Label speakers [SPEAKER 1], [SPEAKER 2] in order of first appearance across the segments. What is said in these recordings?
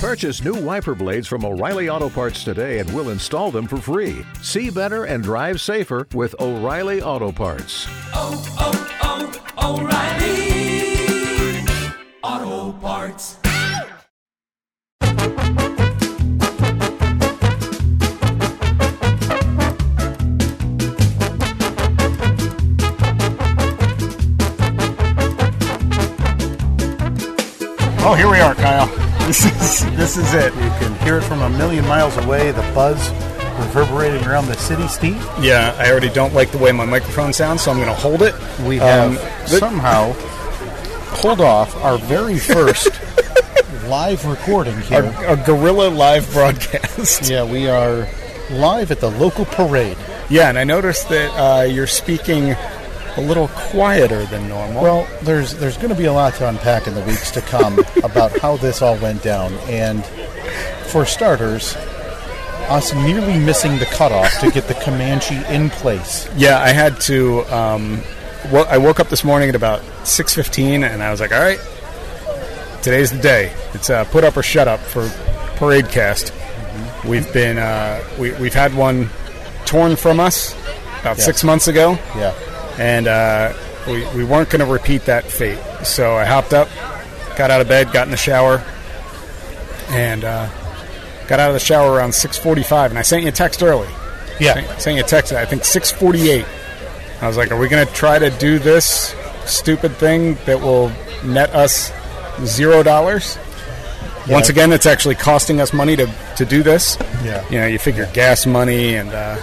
[SPEAKER 1] Purchase new wiper blades from O'Reilly Auto Parts today and we'll install them for free. See better and drive safer with O'Reilly Auto Parts.
[SPEAKER 2] oh, oh, O'Reilly Auto Parts.
[SPEAKER 3] Oh, here we are, Kyle. This is this is it. You can hear it from a million miles away. The buzz reverberating around the city. Steve,
[SPEAKER 4] Yeah, I already don't like the way my microphone sounds, so I'm going to hold it.
[SPEAKER 3] we have
[SPEAKER 4] Um, th-
[SPEAKER 3] somehow pulled off our very first live recording
[SPEAKER 4] a,
[SPEAKER 3] here.
[SPEAKER 4] a gorilla live broadcast.
[SPEAKER 3] Yeah, we are live at the local parade.
[SPEAKER 4] yeah, and I noticed that uh, you're speaking a little quieter than normal.
[SPEAKER 3] Well, there's there's going to be a lot to unpack in the weeks to come about how this all went down, and for starters, us nearly missing the cutoff to get the Comanche in place.
[SPEAKER 4] yeah, I had to. Um, wo- I woke up this morning at about six fifteen, and I was like, "All right, today's the day. It's uh, put up or shut up for Parade Cast." We've been uh, we, we've had one torn from us about
[SPEAKER 3] Yeah.
[SPEAKER 4] six months ago.
[SPEAKER 3] Yeah.
[SPEAKER 4] and uh, we, we weren't going to repeat that fate. So I hopped up, got out of bed, got in the shower, and uh, got out of the shower around 6:45. And I sent you a text early.
[SPEAKER 3] Yeah,
[SPEAKER 4] I sent you a text. at, I think 6:48. I was like, "Are we going to try to do this stupid thing that will net us zero dollars?" Once
[SPEAKER 3] Yeah.
[SPEAKER 4] again, it's actually costing us money to, to do this.
[SPEAKER 3] Yeah.
[SPEAKER 4] You know, you figure gas money and uh,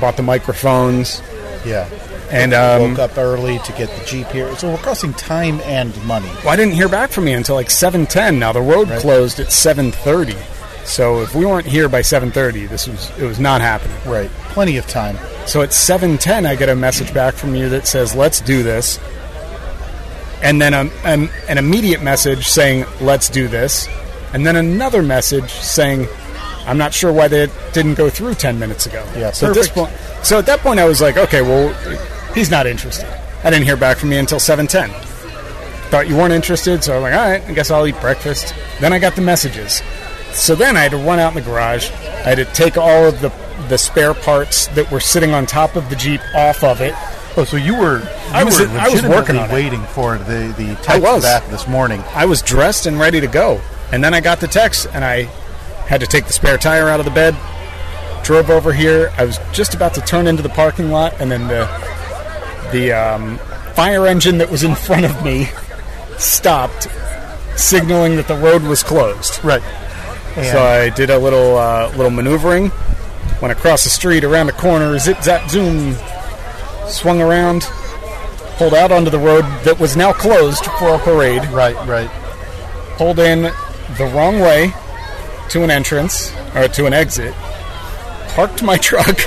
[SPEAKER 4] bought the microphones.
[SPEAKER 3] yeah.
[SPEAKER 4] And um,
[SPEAKER 3] Woke up early to get the Jeep here. So we're costing time and money.
[SPEAKER 4] Well, I didn't hear back from you until like seven ten. Now the road closed at seven thirty, so if we weren't here by seven thirty, this was it was not happening.
[SPEAKER 3] Right. Plenty of time.
[SPEAKER 4] So at seven ten, I get a message back from you that says, "Let's do this," and then um, an, an immediate message saying, "Let's do this," and then another message saying, "I'm not sure why they didn't go through ten minutes ago."
[SPEAKER 3] Yeah,
[SPEAKER 4] So at this point,
[SPEAKER 3] perfect.
[SPEAKER 4] so at that point, I was like, "Okay, well, he's not interested." I didn't hear back from you until seven ten. Thought you weren't interested, so I'm like, "All right, I guess I'll eat breakfast." Then I got the messages. So then I had to run out in the garage. I had to take all of the the spare parts that were sitting on top of the Jeep off of it.
[SPEAKER 3] Oh, so you were
[SPEAKER 4] I
[SPEAKER 3] you
[SPEAKER 4] was-
[SPEAKER 3] were
[SPEAKER 4] I was
[SPEAKER 3] legitimately
[SPEAKER 4] working on it.
[SPEAKER 3] waiting for the the
[SPEAKER 4] I
[SPEAKER 3] text
[SPEAKER 4] was.
[SPEAKER 3] back this morning.
[SPEAKER 4] I was dressed and ready to go. And then I got the text and I had to take the spare tire out of the bed, drove over here. I was just about to turn into the parking lot and then the the um, fire engine that was in front of me stopped signaling that the road was closed.
[SPEAKER 3] Right.
[SPEAKER 4] So I did a little uh, little maneuvering, went across the street, around a corner, zip zap zoom, swung around, pulled out onto the road that was now closed for a parade
[SPEAKER 3] Right. Right.
[SPEAKER 4] pulled in the wrong way to an entrance or to an exit, parked my truck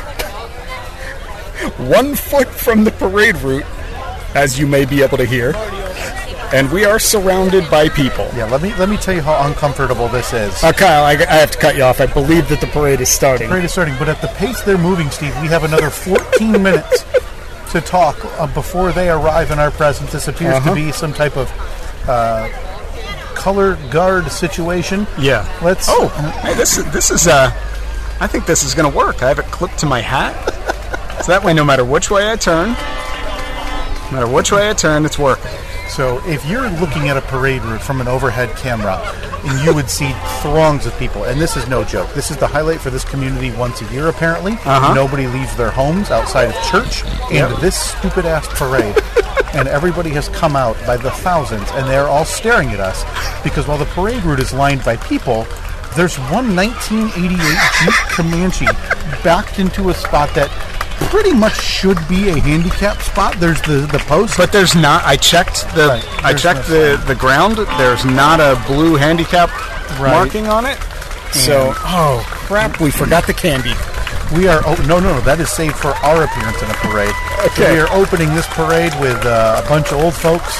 [SPEAKER 4] one foot from the parade route, as you may be able to hear, and we are surrounded by people.
[SPEAKER 3] Yeah. Let me let me tell you how uncomfortable this is.
[SPEAKER 4] Uh, Kyle, I, I have to cut you off. I believe that the parade is starting.
[SPEAKER 3] Parade is starting, but at the pace they're moving, Steve, we have another 14 minutes to talk uh, before they arrive in our presence. This appears to
[SPEAKER 4] Uh-huh.
[SPEAKER 3] be some type of uh, color guard situation.
[SPEAKER 4] Yeah.
[SPEAKER 3] Let's.
[SPEAKER 4] Oh, hey, this is this is uh, I think this is gonna work. I have it clipped to my hat, so that way, no matter which way I turn, no matter which way I turn, it's working.
[SPEAKER 3] So if you're looking at a parade route from an overhead camera, and you would see throngs of people, and this is no joke. This is the highlight for this community once a year, apparently.
[SPEAKER 4] Uh-huh.
[SPEAKER 3] Nobody leaves their homes outside of church, and
[SPEAKER 4] Yep.
[SPEAKER 3] this stupid ass parade. and everybody has come out by the thousands, and they're all staring at us because while the parade route is lined by people, there's one 1988 Jeep Comanche backed into a spot that pretty much should be a handicap spot. There's the, the post.
[SPEAKER 4] But there's not. I checked the.
[SPEAKER 3] Right,
[SPEAKER 4] I
[SPEAKER 3] there's
[SPEAKER 4] checked
[SPEAKER 3] no
[SPEAKER 4] the the ground. There's not a blue handicap
[SPEAKER 3] Right.
[SPEAKER 4] marking on it. So oh crap! We forgot the candy.
[SPEAKER 3] We are oh no no no that is saved for our appearance in a parade.
[SPEAKER 4] Okay.
[SPEAKER 3] We are opening this parade with uh, a bunch of old folks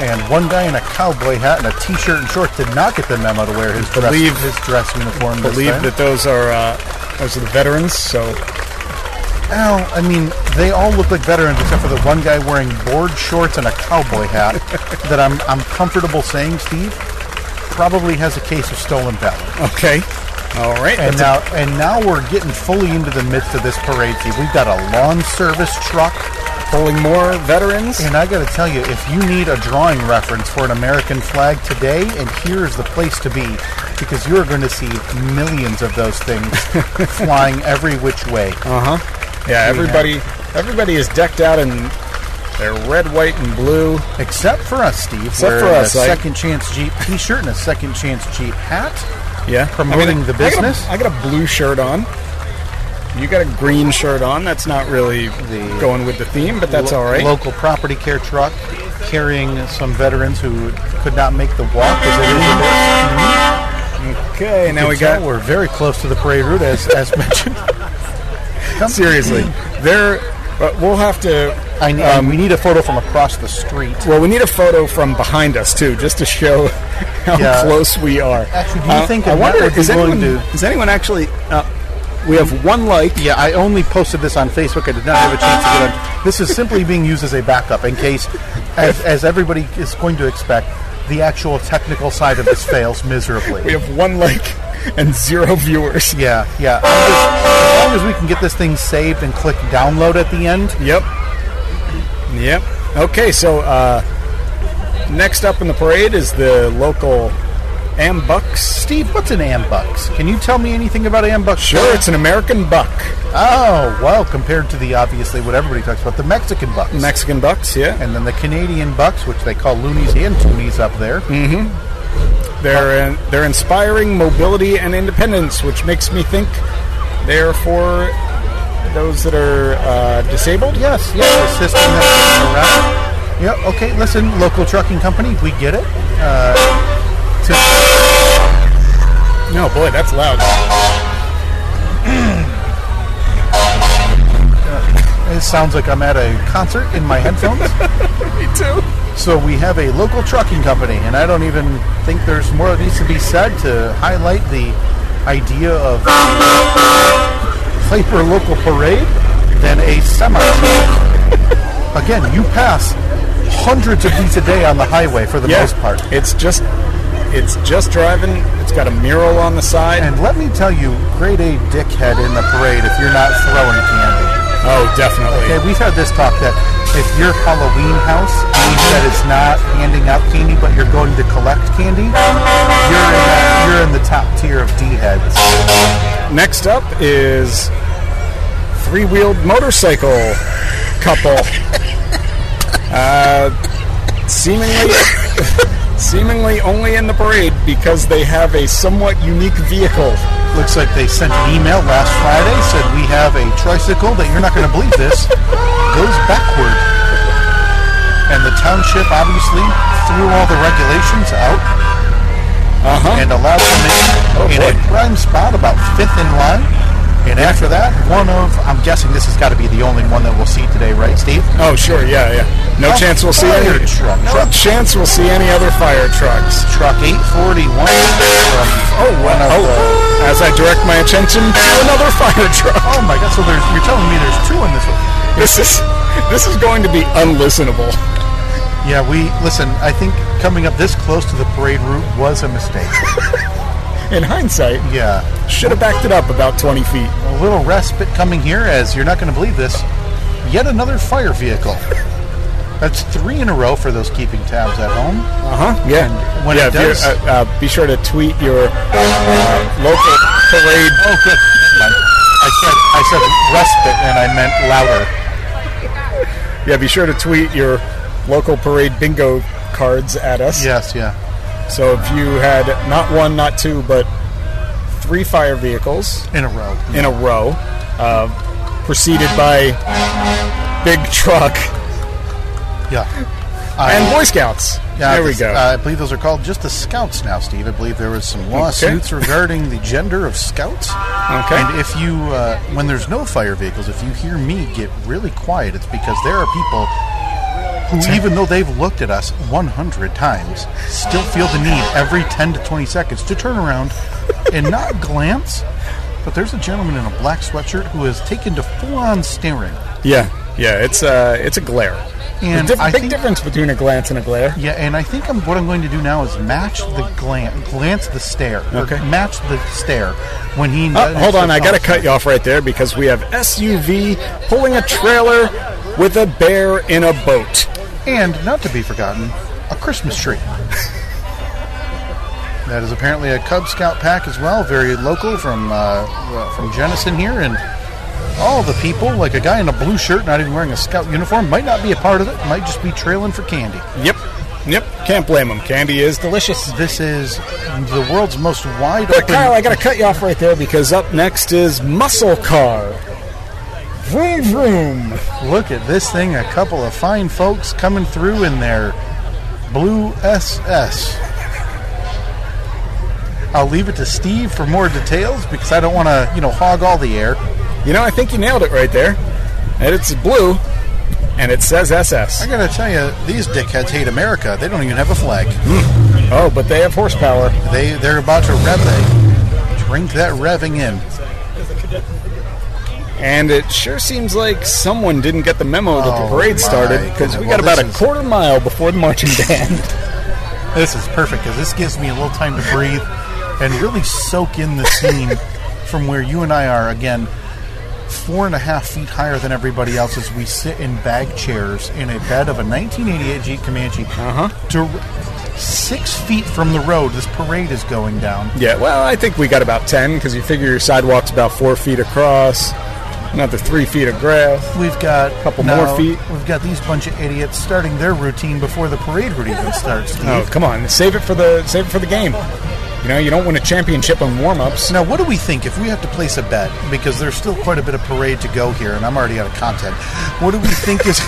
[SPEAKER 3] and one guy in a cowboy hat and a t-shirt and shorts did not get the memo to wear his dress,
[SPEAKER 4] Believe-
[SPEAKER 3] his dress uniform. this
[SPEAKER 4] Believe
[SPEAKER 3] time.
[SPEAKER 4] that those are uh, those are the veterans. So
[SPEAKER 3] Ow, I mean they all look like veterans except for the one guy wearing board shorts and a cowboy hat that I'm I'm comfortable saying Steve probably has a case of stolen valor.
[SPEAKER 4] Okay. All right.
[SPEAKER 3] And
[SPEAKER 4] that's
[SPEAKER 3] now, and now we're getting fully into the midst of this parade. See, we've got a lawn service truck,
[SPEAKER 4] polling more veterans.
[SPEAKER 3] and I got to tell you, if you need a drawing reference for an American flag today, and here is the place to be, because you are going to see millions of those things flying every which way.
[SPEAKER 4] Uh huh. Yeah. Everybody. Everybody is decked out in their red, white, and blue.
[SPEAKER 3] Except for us, Steve.
[SPEAKER 4] Except
[SPEAKER 3] wearing
[SPEAKER 4] for us,
[SPEAKER 3] a
[SPEAKER 4] I-
[SPEAKER 3] second chance Jeep T-shirt and a second chance Jeep hat.
[SPEAKER 4] Yeah.
[SPEAKER 3] Promoting
[SPEAKER 4] I mean,
[SPEAKER 3] the
[SPEAKER 4] I got a-
[SPEAKER 3] business?
[SPEAKER 4] I got, a, blue shirt on. You got a green shirt on. That's not really
[SPEAKER 3] The-
[SPEAKER 4] going with the theme, but that's
[SPEAKER 3] lo-
[SPEAKER 4] all right.
[SPEAKER 3] Local property care truck carrying some veterans who could not make the walk. As it is a bit steep.
[SPEAKER 4] Okay. Now we
[SPEAKER 3] You can
[SPEAKER 4] got
[SPEAKER 3] tell We're very close to the parade route, as, as mentioned. Come-
[SPEAKER 4] seriously. There. But we'll have to.
[SPEAKER 3] I, ne- we need a photo from across the street.
[SPEAKER 4] Well, we need a photo from behind us too, just to show how
[SPEAKER 3] Yeah.
[SPEAKER 4] close we are. Uh,
[SPEAKER 3] Actually, do you think
[SPEAKER 4] I
[SPEAKER 3] Annette
[SPEAKER 4] wonder
[SPEAKER 3] would be
[SPEAKER 4] is anyone
[SPEAKER 3] willing to-
[SPEAKER 4] is anyone actually? Uh, we have one like.
[SPEAKER 3] Yeah, I only posted this on Facebook. I did not have a chance to get on. This is simply being used as a backup in case, as, as everybody is going to expect, the actual technical side of this fails
[SPEAKER 4] We
[SPEAKER 3] miserably.
[SPEAKER 4] have one like and zero viewers.
[SPEAKER 3] Yeah, yeah. I'm just- as long as we can get this thing saved and click download at the end,
[SPEAKER 4] Yep. Yep. Okay, so uh, next up in the parade is the local Ambucks.
[SPEAKER 3] Steve, what's an ambucks? Can you tell me anything about ambucks?
[SPEAKER 4] Sure, it's an American buck.
[SPEAKER 3] Oh, well, compared to the obviously what everybody talks about, the Mexican bucks.
[SPEAKER 4] Mexican bucks, yeah.
[SPEAKER 3] and then the Canadian bucks, which they call loonies and toonies up there.
[SPEAKER 4] They're in, they're inspiring mobility and independence, which makes me think they're for those that are uh, disabled.
[SPEAKER 3] Yes, yes, the system that's going around. Yeah, okay, listen, local trucking company, we get it. Uh, to-
[SPEAKER 4] No, boy, that's loud.
[SPEAKER 3] Uh, it sounds like I'm at a concert in my headphones.
[SPEAKER 4] Me too.
[SPEAKER 3] so we have a local trucking company, and I don't even think there's more that needs to be said to highlight the idea of hyper local parade than a semi truck. Again, you pass hundreds of these a day on the highway for the
[SPEAKER 4] Yeah,
[SPEAKER 3] most part.
[SPEAKER 4] it's just it's just driving. It's got a mural on the side.
[SPEAKER 3] And let me tell you, grade A dickhead in the parade if you're not throwing candy.
[SPEAKER 4] oh, definitely.
[SPEAKER 3] Okay, we've had this talk that if your Halloween house means that it's not handing out candy, but you're going to collect candy, you're in, that, you're in the top tier of D heads.
[SPEAKER 4] Next up is three-wheeled motorcycle couple. uh, seemingly, seemingly only in the parade because they have a somewhat unique vehicle.
[SPEAKER 3] Looks like they sent an email last Friday, said we have a tricycle that you're not going to believe this goes backward. And the township obviously threw all the regulations out
[SPEAKER 4] Uh-huh. Oh,
[SPEAKER 3] and allowed them in, in
[SPEAKER 4] boy.
[SPEAKER 3] a prime spot about fifth in line. And after that, one of, I'm guessing this has got to be the only one that we'll see today, right, Steve?
[SPEAKER 4] Oh, sure, yeah, yeah. No
[SPEAKER 3] Oh,
[SPEAKER 4] chance we'll see
[SPEAKER 3] fire
[SPEAKER 4] any
[SPEAKER 3] truck.
[SPEAKER 4] No chance we'll see any other fire trucks.
[SPEAKER 3] Truck 841 from
[SPEAKER 4] Oh,
[SPEAKER 3] one of the.
[SPEAKER 4] oh, as I direct my attention to another fire truck.
[SPEAKER 3] Oh my god, so there's, you're telling me there's two in this one.
[SPEAKER 4] This is this is going to be unlistenable.
[SPEAKER 3] Yeah, we, listen, I think coming up this close to the parade route was a mistake.
[SPEAKER 4] In hindsight,
[SPEAKER 3] yeah.
[SPEAKER 4] should have backed it up about 20 feet.
[SPEAKER 3] A little respite coming here as you're not going to believe this, yet another fire vehicle. That's three in a row for those keeping tabs at home.
[SPEAKER 4] Uh huh. Yeah.
[SPEAKER 3] when
[SPEAKER 4] yeah.
[SPEAKER 3] it
[SPEAKER 4] if you're-
[SPEAKER 3] does-
[SPEAKER 4] uh, uh, be sure to tweet your uh, local parade.
[SPEAKER 3] Oh, good. Never mind. I said I said respite, and I meant louder.
[SPEAKER 4] Yeah. Be sure to tweet your local parade bingo cards at us.
[SPEAKER 3] Yes, yeah.
[SPEAKER 4] So if you had not one, not two, but three fire vehicles
[SPEAKER 3] In a row.
[SPEAKER 4] in a row, uh, preceded by big truck
[SPEAKER 3] Yeah.
[SPEAKER 4] and Boy Scouts.
[SPEAKER 3] yeah,
[SPEAKER 4] there we
[SPEAKER 3] this-
[SPEAKER 4] go.
[SPEAKER 3] Uh, I believe those are called just the Scouts now, Steve. I believe there was some lawsuits regarding the gender of Scouts.
[SPEAKER 4] okay.
[SPEAKER 3] And if you, uh, when there's no fire vehicles, if you hear me get really quiet, it's because there are people who, even though they've looked at us 100 times, still feel the need every 10 to 20 seconds to turn around and not glance. But there's a gentleman in a black sweatshirt who has taken to full on staring.
[SPEAKER 4] yeah. Yeah. It's uh, it's a glare.
[SPEAKER 3] And
[SPEAKER 4] Diff-
[SPEAKER 3] I
[SPEAKER 4] big
[SPEAKER 3] think,
[SPEAKER 4] difference between a glance and a glare.
[SPEAKER 3] Yeah, and I think I'm, what I'm going to do now is match the glance, glance the stare. or
[SPEAKER 4] Okay.
[SPEAKER 3] Match the stare when he.
[SPEAKER 4] Oh, hold on, I gotta cut you off right there because we have SUV pulling a trailer with a bear in a boat.
[SPEAKER 3] And not to be forgotten, a Christmas tree. that is apparently a Cub Scout pack as well, very local from uh, uh, from Jenison here, and all the people, like a guy in a blue shirt, not even wearing a Scout uniform, might not be a part of it. Might just be trailing for candy.
[SPEAKER 4] Yep, yep. Can't blame them. Candy is delicious.
[SPEAKER 3] This is the world's most wide
[SPEAKER 4] But
[SPEAKER 3] open.
[SPEAKER 4] Kyle, I gotta cut you off right there because up next is Muscle Car. Vroom vroom.
[SPEAKER 3] Look at this thing. A couple of fine folks coming through in their blue SS. I'll leave it to Steve for more details because I don't want to, you know, hog all the air.
[SPEAKER 4] You know, I think you nailed it right there. And it's blue, and it says
[SPEAKER 3] I
[SPEAKER 4] SS.
[SPEAKER 3] gotta tell you, these dickheads hate America. They don't even have a flag.
[SPEAKER 4] Oh, but they have horsepower.
[SPEAKER 3] They they're about to rev they drink that revving in.
[SPEAKER 4] And it sure seems like someone didn't get the memo that
[SPEAKER 3] Oh,
[SPEAKER 4] the parade
[SPEAKER 3] my
[SPEAKER 4] started because we
[SPEAKER 3] goodness.
[SPEAKER 4] got
[SPEAKER 3] Well,
[SPEAKER 4] about a
[SPEAKER 3] this is-
[SPEAKER 4] quarter mile before the marching band.
[SPEAKER 3] This is perfect because this gives me a little time to breathe and really soak in the scene from where you and I are again, four and a half feet higher than everybody else as we sit in bag chairs in a bed of a 1988 Jeep Comanche.
[SPEAKER 4] Uh-huh.
[SPEAKER 3] Uh huh. To six feet from the road, this parade is going down.
[SPEAKER 4] yeah, well, I think we got about 10 because you figure your sidewalk's about four feet across, another three feet of grass.
[SPEAKER 3] We've got a
[SPEAKER 4] Couple more feet.
[SPEAKER 3] We've got these bunch of idiots starting their routine before the parade route even starts. Steve.
[SPEAKER 4] Oh, come on, save it for the save it for the game. You know, you don't win a championship on warm-ups.
[SPEAKER 3] Now, what do we think if we have to place a bet? Because there's still quite a bit of parade to go here, and I'm already out of content. What do we think is?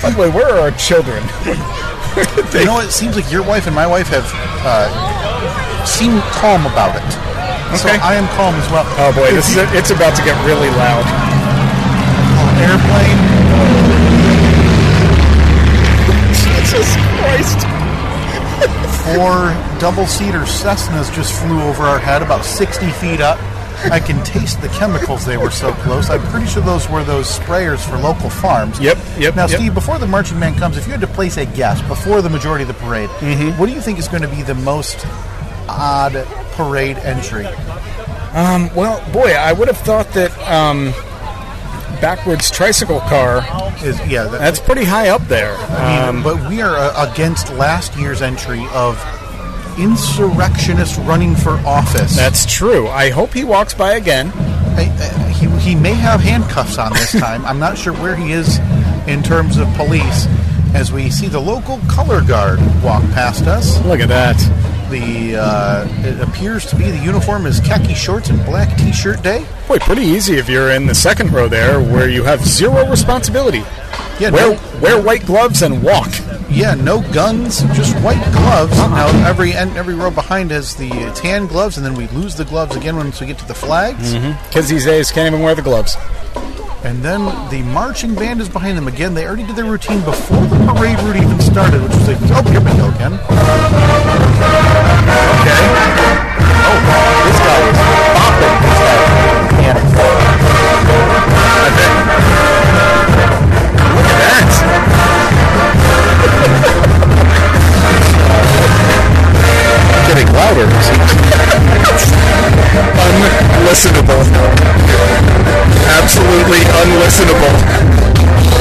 [SPEAKER 4] By the way, where are our children?
[SPEAKER 3] you know, it seems like your wife and my wife have uh, seemed calm about it. So
[SPEAKER 4] Okay.
[SPEAKER 3] I am calm as well.
[SPEAKER 4] Oh boy,
[SPEAKER 3] If
[SPEAKER 4] this is
[SPEAKER 3] you-
[SPEAKER 4] it's about to get really loud.
[SPEAKER 3] airplane.
[SPEAKER 4] Jesus Christ!
[SPEAKER 3] Four double-seater Cessnas just flew over our head, about 60 feet up. I can taste the chemicals; they were so close. I'm pretty sure those were those sprayers for local farms.
[SPEAKER 4] Yep, yep,
[SPEAKER 3] Now,
[SPEAKER 4] yep.
[SPEAKER 3] Steve, before the marching band comes, if you had to place a guess before the majority of the parade,
[SPEAKER 4] Mm-hmm.
[SPEAKER 3] what do you think is going to be the most odd parade entry?
[SPEAKER 4] Um, well, boy, I would have thought that um, backwards tricycle car.
[SPEAKER 3] Is yeah, that,
[SPEAKER 4] That's um, pretty high up there.
[SPEAKER 3] I mean, but we are uh, against last year's entry of insurrectionist running for office.
[SPEAKER 4] That's true. I hope he walks by again.
[SPEAKER 3] I, I, he, he may have handcuffs on this time. I'm not sure where he is in terms of police. As we see the local color guard walk past us,
[SPEAKER 4] Look at that.
[SPEAKER 3] the uh, it appears to be the uniform is khaki shorts and black T-shirt day.
[SPEAKER 4] Boy, pretty easy if you're in the second row there, where you have zero responsibility.
[SPEAKER 3] Yeah,
[SPEAKER 4] wear
[SPEAKER 3] no,
[SPEAKER 4] wear white gloves and walk.
[SPEAKER 3] yeah, no guns, just white gloves. Now every and every row behind has the tan gloves, and then we lose the gloves again once we get to the flags.
[SPEAKER 4] Kids these days can't even wear the gloves.
[SPEAKER 3] And then the marching band is behind them again. They already did their routine before the parade route even started, which was like, oh, here we go again.
[SPEAKER 4] This guy is bopping. This guy can't. I bet. Look at that. Getting louder. unlistenable. Absolutely unlistenable.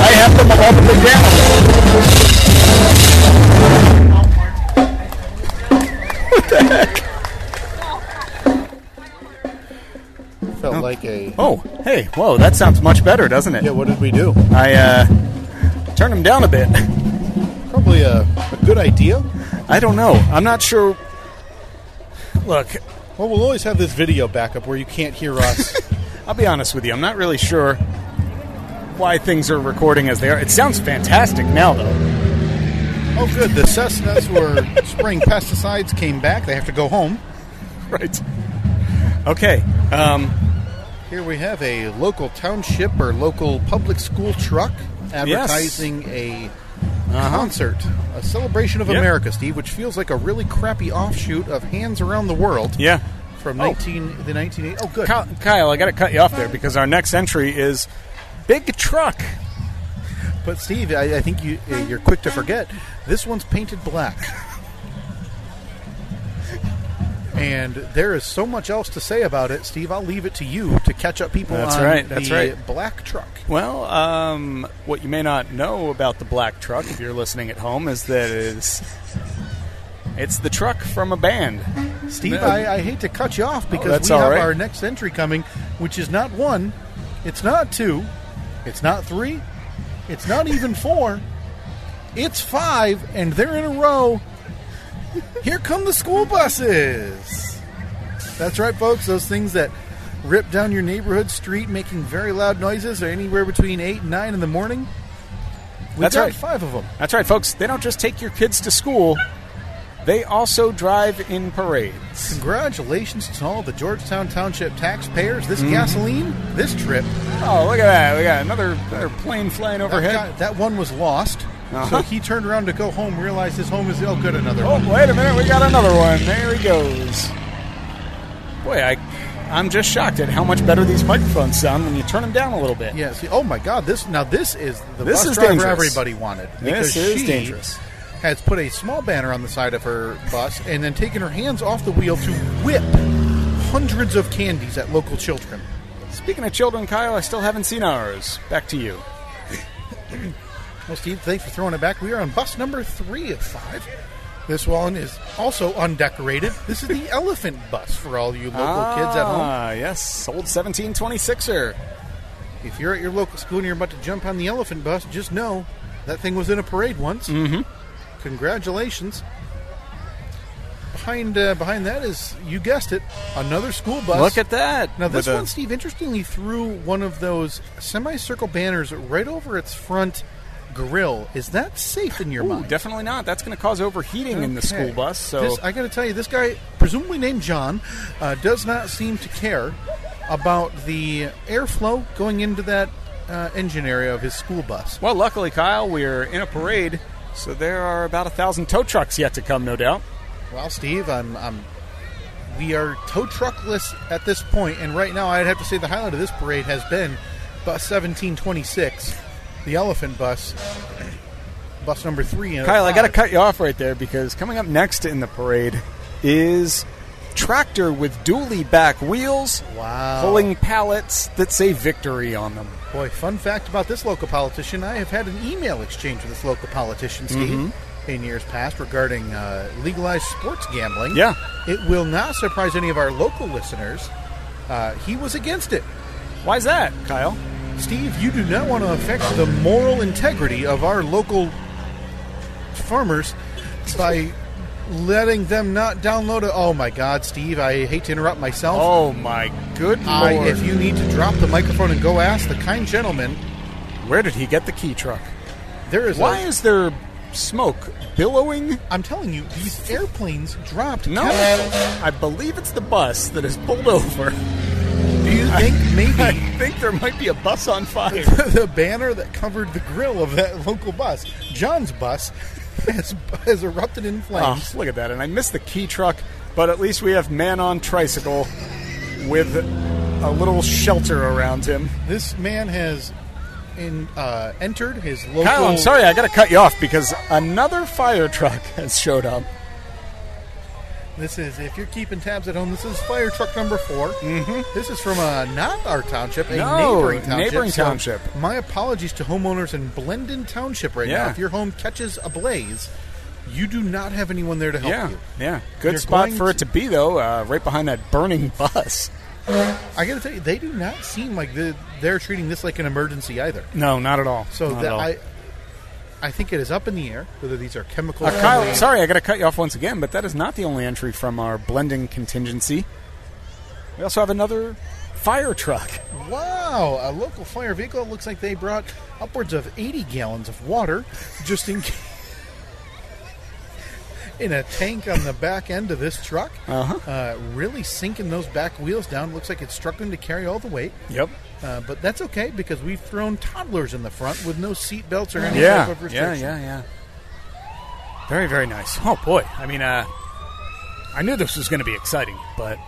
[SPEAKER 4] I have them all up and down.
[SPEAKER 3] Felt like a.
[SPEAKER 4] Oh, hey, whoa, that sounds much better, doesn't it?
[SPEAKER 3] Yeah, what did we do?
[SPEAKER 4] I uh, turned them down a bit.
[SPEAKER 3] Probably a, a good idea.
[SPEAKER 4] I don't know. I'm not sure. Look,
[SPEAKER 5] Well, we'll always have this video backup where you can't hear us.
[SPEAKER 4] I'll be honest with you. I'm not really sure why things are recording as they are. It sounds fantastic now, though.
[SPEAKER 3] Oh, good. The Cessnas were spraying pesticides, came back. They have to go home.
[SPEAKER 4] Right. Okay. Um,
[SPEAKER 3] Here we have a local township or local public school truck advertising a concert, a celebration of
[SPEAKER 4] Uh-huh. Yeah.
[SPEAKER 3] America, Steve, which feels like a really crappy offshoot of Hands Around the World
[SPEAKER 4] Yeah.
[SPEAKER 3] from
[SPEAKER 4] Oh.
[SPEAKER 3] 19 the 1980. Oh, good.
[SPEAKER 4] Kyle, Kyle, I got to cut you off there because our next entry is Big Truck.
[SPEAKER 3] But Steve, I, I think you uh, you're quick to forget. This one's painted black. And there is so much else to say about it, Steve. I'll leave it to you to catch up people
[SPEAKER 4] That's
[SPEAKER 3] on
[SPEAKER 4] right, that's
[SPEAKER 3] the
[SPEAKER 4] right.
[SPEAKER 3] black truck.
[SPEAKER 4] Well, um, what you may not know about the black truck, if you're listening at home, is that it's, it's the truck from a band.
[SPEAKER 3] Steve,
[SPEAKER 4] No.
[SPEAKER 3] I, I hate to cut you off because
[SPEAKER 4] that's
[SPEAKER 3] we
[SPEAKER 4] all
[SPEAKER 3] have
[SPEAKER 4] right.
[SPEAKER 3] our next entry coming, which is not one, it's not two, it's not three, it's not even four, it's five, and they're in a row. Here come the school buses. That's right, folks. Those things that rip down your neighborhood street, making very loud noises, are anywhere between eight and nine in the morning. We
[SPEAKER 4] That's
[SPEAKER 3] got
[SPEAKER 4] right.
[SPEAKER 3] five of them.
[SPEAKER 4] That's right, folks. They don't just take your kids to school; they also drive in parades.
[SPEAKER 3] Congratulations to all the Georgetown Township taxpayers. This
[SPEAKER 4] Mm-hmm.
[SPEAKER 3] gasoline, this trip,
[SPEAKER 4] Oh, look at that! We got another, another plane flying
[SPEAKER 3] That,
[SPEAKER 4] overhead.
[SPEAKER 3] guy- that one was lost.
[SPEAKER 4] Uh-huh.
[SPEAKER 3] So he turned around to go home, realized his home is oh good another one.
[SPEAKER 4] Oh, wait a minute, we got another one. There he goes. Boy, I, I'm just shocked at how much better these microphones sound when you turn them down a little bit.
[SPEAKER 3] Yes. Oh my God! This now this is the
[SPEAKER 4] This
[SPEAKER 3] bus
[SPEAKER 4] is
[SPEAKER 3] driver
[SPEAKER 4] dangerous.
[SPEAKER 3] everybody wanted.
[SPEAKER 4] This
[SPEAKER 3] because
[SPEAKER 4] is
[SPEAKER 3] she
[SPEAKER 4] dangerous.
[SPEAKER 3] Has put a small banner on the side of her bus and then taken her hands off the wheel to whip hundreds of candies at local children.
[SPEAKER 4] Speaking of children, Kyle, I still haven't seen ours. Back to you.
[SPEAKER 3] Well, Steve, thanks for throwing it back. We are on bus number three of five. This one is also undecorated. This is the elephant bus for all you local kids at home.
[SPEAKER 4] Ah, yes, old 1726er.
[SPEAKER 3] If you're at your local school and you're about to jump on the elephant bus, just know that thing was in a parade once. Mm-hmm. Congratulations. Behind uh, behind that is, you guessed it, another school bus.
[SPEAKER 4] Look at that.
[SPEAKER 3] now this
[SPEAKER 4] With a-
[SPEAKER 3] one, Steve, interestingly threw one of those semicircle banners right over its front grill. Is that safe in your
[SPEAKER 4] Ooh,
[SPEAKER 3] mind?
[SPEAKER 4] definitely not. That's going to cause overheating in the
[SPEAKER 3] Okay.
[SPEAKER 4] school bus. So
[SPEAKER 3] This- I got to tell you, this guy, presumably named John, uh, does not seem to care about the airflow going into that uh, engine area of his school bus.
[SPEAKER 4] Well, luckily, Kyle, we're in a parade, so there are about a thousand tow trucks yet to come, no doubt.
[SPEAKER 3] Well, Steve, I'm, I'm we are tow truckless at this point, and right now I'd have to say the highlight of this parade has been bus 1726, the elephant bus, bus number three. and
[SPEAKER 4] Kyle, I got to
[SPEAKER 3] five.
[SPEAKER 4] cut you off right there because coming up next in the parade is tractor with dually back wheels,
[SPEAKER 3] Wow.
[SPEAKER 4] pulling pallets that say victory on them.
[SPEAKER 3] Boy, fun fact about this local politician I have had an email exchange with this local politician, Steve,
[SPEAKER 4] Mm-hmm.
[SPEAKER 3] in years past regarding uh, legalized sports gambling.
[SPEAKER 4] Yeah.
[SPEAKER 3] It will not surprise any of our local listeners. Uh, he was against it.
[SPEAKER 4] Why's that, Kyle?
[SPEAKER 3] Steve, you do not want to affect the moral integrity of our local farmers by letting them not download it. Oh, my God, Steve, I hate to interrupt myself.
[SPEAKER 4] Oh my good
[SPEAKER 3] I,
[SPEAKER 4] lord!
[SPEAKER 3] if you need to drop the microphone and go ask the kind gentleman,
[SPEAKER 4] Where did he get the key truck?
[SPEAKER 3] there is
[SPEAKER 4] Why
[SPEAKER 3] a
[SPEAKER 4] is there smoke billowing?
[SPEAKER 3] I'm telling you, these airplanes dropped.
[SPEAKER 4] No,
[SPEAKER 3] chemicals.
[SPEAKER 4] I believe it's the bus that is pulled over.
[SPEAKER 3] Do you think
[SPEAKER 4] I
[SPEAKER 3] maybe
[SPEAKER 4] think there might be a bus on fire.
[SPEAKER 3] the banner that covered the grill of that local bus, John's bus, has, has erupted in
[SPEAKER 4] Oh,
[SPEAKER 3] flames?
[SPEAKER 4] look at that. And I missed the key truck, but at least we have man on tricycle with a little shelter around him.
[SPEAKER 3] This man has in, uh, entered his local.
[SPEAKER 4] Kyle, I'm sorry, I got to cut you off because another fire truck has showed up.
[SPEAKER 3] This is if you're keeping tabs at home. This is fire truck number 4 Mm-hmm. This is from uh, not our township, a
[SPEAKER 4] No,
[SPEAKER 3] neighboring township.
[SPEAKER 4] neighboring
[SPEAKER 3] So
[SPEAKER 4] township.
[SPEAKER 3] my apologies to homeowners in Blendon Township right now.
[SPEAKER 4] Yeah.
[SPEAKER 3] If your home catches a blaze, you do not have anyone there to help
[SPEAKER 4] Yeah,
[SPEAKER 3] you.
[SPEAKER 4] yeah. Good
[SPEAKER 3] You're
[SPEAKER 4] spot
[SPEAKER 3] going
[SPEAKER 4] for it to be, though, uh, right behind that burning bus.
[SPEAKER 3] I gotta tell you, they do not seem like the, they're treating this like an emergency either.
[SPEAKER 4] No, not at all.
[SPEAKER 3] So
[SPEAKER 4] Not
[SPEAKER 3] that
[SPEAKER 4] at all.
[SPEAKER 3] I, I think it is up in the air whether these are chemical.
[SPEAKER 4] Uh, Kyle, sorry, I got to cut you off once again, but that is not the only entry from our blending contingency. We also have another fire truck.
[SPEAKER 3] Wow, a local fire vehicle. It looks like they brought upwards of 80 gallons of water just in. ca- In a tank on the back end of this truck,
[SPEAKER 4] Uh-huh.
[SPEAKER 3] Uh, really sinking those back wheels down. Looks like it's struggling to carry all the weight,
[SPEAKER 4] Yep.
[SPEAKER 3] uh, but that's okay because we've thrown toddlers in the front with no seat belts or any
[SPEAKER 4] Yeah.
[SPEAKER 3] type of
[SPEAKER 4] Yeah.
[SPEAKER 3] restriction.
[SPEAKER 4] Yeah. Yeah. Very, very nice. Oh boy, I mean, uh, I knew this was going to be exciting, but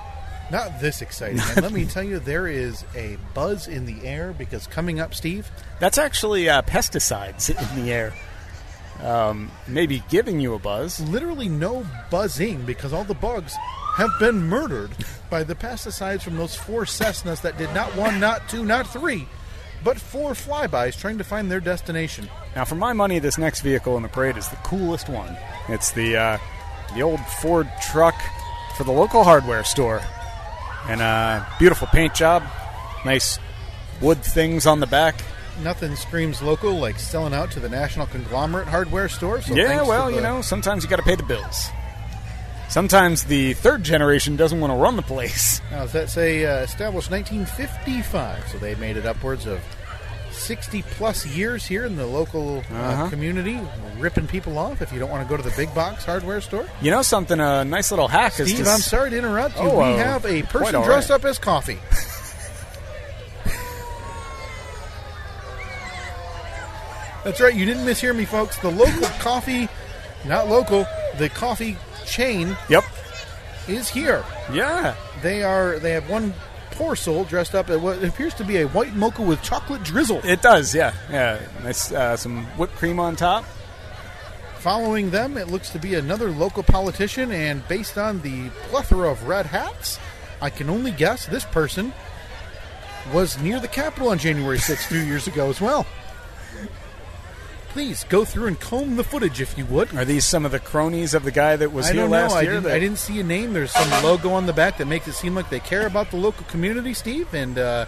[SPEAKER 3] Not this exciting. and let me tell you, there is a buzz in the air because coming up, Steve,
[SPEAKER 4] that's actually uh, pesticides in the air. Um, maybe giving you a buzz.
[SPEAKER 3] literally no buzzing because all the bugs have been murdered by the pesticides from those four Cessnas that did not one, not two, not three, but four flybys trying to find their destination.
[SPEAKER 4] Now, for my money, this next vehicle in the parade is the coolest one. It's the uh, the old Ford truck for the local hardware store, and uh, beautiful paint job, nice wood things on the back.
[SPEAKER 3] Nothing screams local like selling out to the national conglomerate hardware store. So
[SPEAKER 4] yeah,
[SPEAKER 3] thanks to
[SPEAKER 4] well, you
[SPEAKER 3] the-
[SPEAKER 4] know, sometimes you got to pay the bills. Sometimes the third generation doesn't want to run the place.
[SPEAKER 3] Now, does that say uh, established 1955? So they made it upwards of 60 plus years here in the local uh,
[SPEAKER 4] Uh-huh.
[SPEAKER 3] community, ripping people off if you don't want to go to the big box hardware store.
[SPEAKER 4] You know something? A nice little hack is
[SPEAKER 3] Steve,
[SPEAKER 4] to
[SPEAKER 3] I'm
[SPEAKER 4] s-
[SPEAKER 3] sorry to interrupt you.
[SPEAKER 4] Oh,
[SPEAKER 3] we
[SPEAKER 4] uh,
[SPEAKER 3] have a
[SPEAKER 4] quite
[SPEAKER 3] person
[SPEAKER 4] all
[SPEAKER 3] dressed
[SPEAKER 4] right.
[SPEAKER 3] up as coffee. That's right. You didn't mishear me, folks. The local coffee, not local, the coffee chain
[SPEAKER 4] Yep.
[SPEAKER 3] is here.
[SPEAKER 4] Yeah.
[SPEAKER 3] They are. They have one poor soul dressed up in what appears to be a white mocha with chocolate drizzle.
[SPEAKER 4] It does. Yeah. Yeah. Nice. Uh, some whipped cream on top.
[SPEAKER 3] Following them, it looks to be another local politician, and based on the plethora of red hats, I can only guess this person was near the Capitol on January 6th two years ago as well. Please go through and comb the footage if you would.
[SPEAKER 4] Are these some of the cronies of the guy that was
[SPEAKER 3] I
[SPEAKER 4] here
[SPEAKER 3] don't know.
[SPEAKER 4] last
[SPEAKER 3] I
[SPEAKER 4] year?
[SPEAKER 3] didn't,
[SPEAKER 4] that-
[SPEAKER 3] I didn't see a name. There's some logo on the back that makes it seem like they care about the local community, Steve, and uh,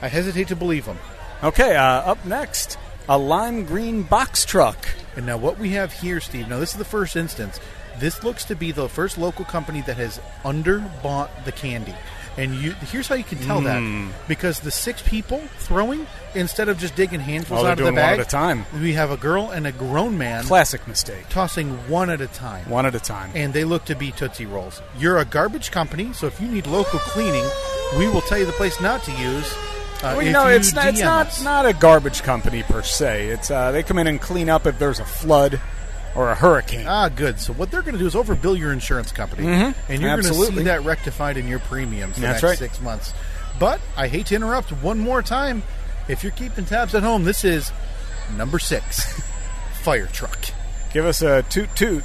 [SPEAKER 3] I hesitate to believe them.
[SPEAKER 4] Okay. Uh, up next, a lime green box truck.
[SPEAKER 3] And now what we have here, Steve. Now this is the first instance. This looks to be the first local company that has underbought the candy. And you, here's how you can tell
[SPEAKER 4] Hmm.
[SPEAKER 3] that because the six people throwing instead of just digging handfuls
[SPEAKER 4] Oh, they're
[SPEAKER 3] out of the
[SPEAKER 4] doing one
[SPEAKER 3] bag
[SPEAKER 4] at a time.
[SPEAKER 3] We have a girl and a grown man
[SPEAKER 4] Classic mistake.
[SPEAKER 3] tossing one at a time,
[SPEAKER 4] One at a time.
[SPEAKER 3] and they look to be tootsie rolls. You're a garbage company, so if you need local cleaning, we will tell you the place not to use.
[SPEAKER 4] Well,
[SPEAKER 3] Uh, if
[SPEAKER 4] you know,
[SPEAKER 3] you
[SPEAKER 4] it's not, it's
[SPEAKER 3] DM
[SPEAKER 4] not
[SPEAKER 3] us.
[SPEAKER 4] not a garbage company per se. It's uh, they come in and clean up if there's a flood or a hurricane.
[SPEAKER 3] Ah, good. So what they're going to do is overbill your insurance company, and you're going to see
[SPEAKER 4] Mm-hmm. Absolutely.
[SPEAKER 3] that rectified in your premiums the
[SPEAKER 4] That's
[SPEAKER 3] next
[SPEAKER 4] right.
[SPEAKER 3] six months. But I hate to interrupt one more time. If you're keeping tabs at home, this is number six, fire truck.
[SPEAKER 4] Give us a toot toot.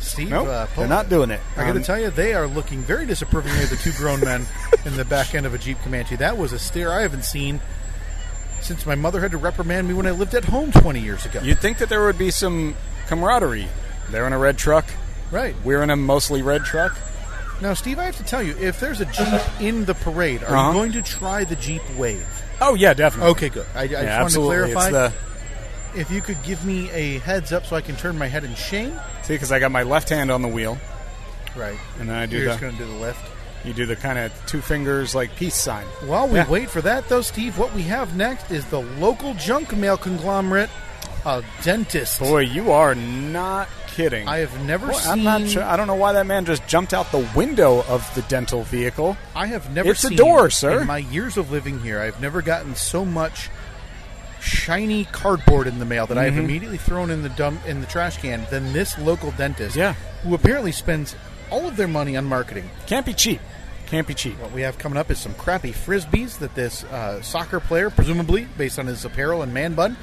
[SPEAKER 3] Steve,
[SPEAKER 4] Nope,
[SPEAKER 3] uh,
[SPEAKER 4] they're
[SPEAKER 3] Paul-
[SPEAKER 4] not doing it.
[SPEAKER 3] I got to
[SPEAKER 4] Um,
[SPEAKER 3] tell you, they are looking very disapprovingly at the two grown men in the back end of a Jeep Comanche. That was a stare I haven't seen since my mother had to reprimand me when I lived at home 20 years ago.
[SPEAKER 4] You'd think that there would be some camaraderie. They're in a red truck.
[SPEAKER 3] Right.
[SPEAKER 4] We're in a mostly red truck.
[SPEAKER 3] Now, Steve, I have to tell you, if there's a Jeep in the parade, are
[SPEAKER 4] Uh-huh.
[SPEAKER 3] you going to try the Jeep Wave?
[SPEAKER 4] Oh yeah, definitely.
[SPEAKER 3] Okay, good. I, I
[SPEAKER 4] Yeah,
[SPEAKER 3] just wanted
[SPEAKER 4] absolutely.
[SPEAKER 3] to clarify.
[SPEAKER 4] It's the
[SPEAKER 3] If you could give me a heads up so I can turn my head in shame.
[SPEAKER 4] see because I got my left hand on the wheel,
[SPEAKER 3] Right.
[SPEAKER 4] and then I do
[SPEAKER 3] You're just
[SPEAKER 4] the
[SPEAKER 3] going to do the left.
[SPEAKER 4] you do the kind of two fingers like peace sign.
[SPEAKER 3] While we
[SPEAKER 4] Yeah.
[SPEAKER 3] wait for that, though, Steve, what we have next is the local junk mail conglomerate, a dentist.
[SPEAKER 4] Boy, you are not kidding.
[SPEAKER 3] I have never
[SPEAKER 4] Boy,
[SPEAKER 3] seen.
[SPEAKER 4] I'm not sure. I don't know why that man just jumped out the window of the dental vehicle.
[SPEAKER 3] I have never
[SPEAKER 4] It's a
[SPEAKER 3] seen
[SPEAKER 4] door, sir.
[SPEAKER 3] in my years of living here, I've never gotten so much shiny cardboard in the mail that I
[SPEAKER 4] Mm-hmm.
[SPEAKER 3] have immediately thrown in the dump in the trash can than this local dentist
[SPEAKER 4] Yeah.
[SPEAKER 3] who apparently spends all of their money on marketing.
[SPEAKER 4] Can't be cheap. Can't be cheap.
[SPEAKER 3] What we have coming up is some crappy frisbees that this uh, soccer player, presumably based on his apparel and man bun,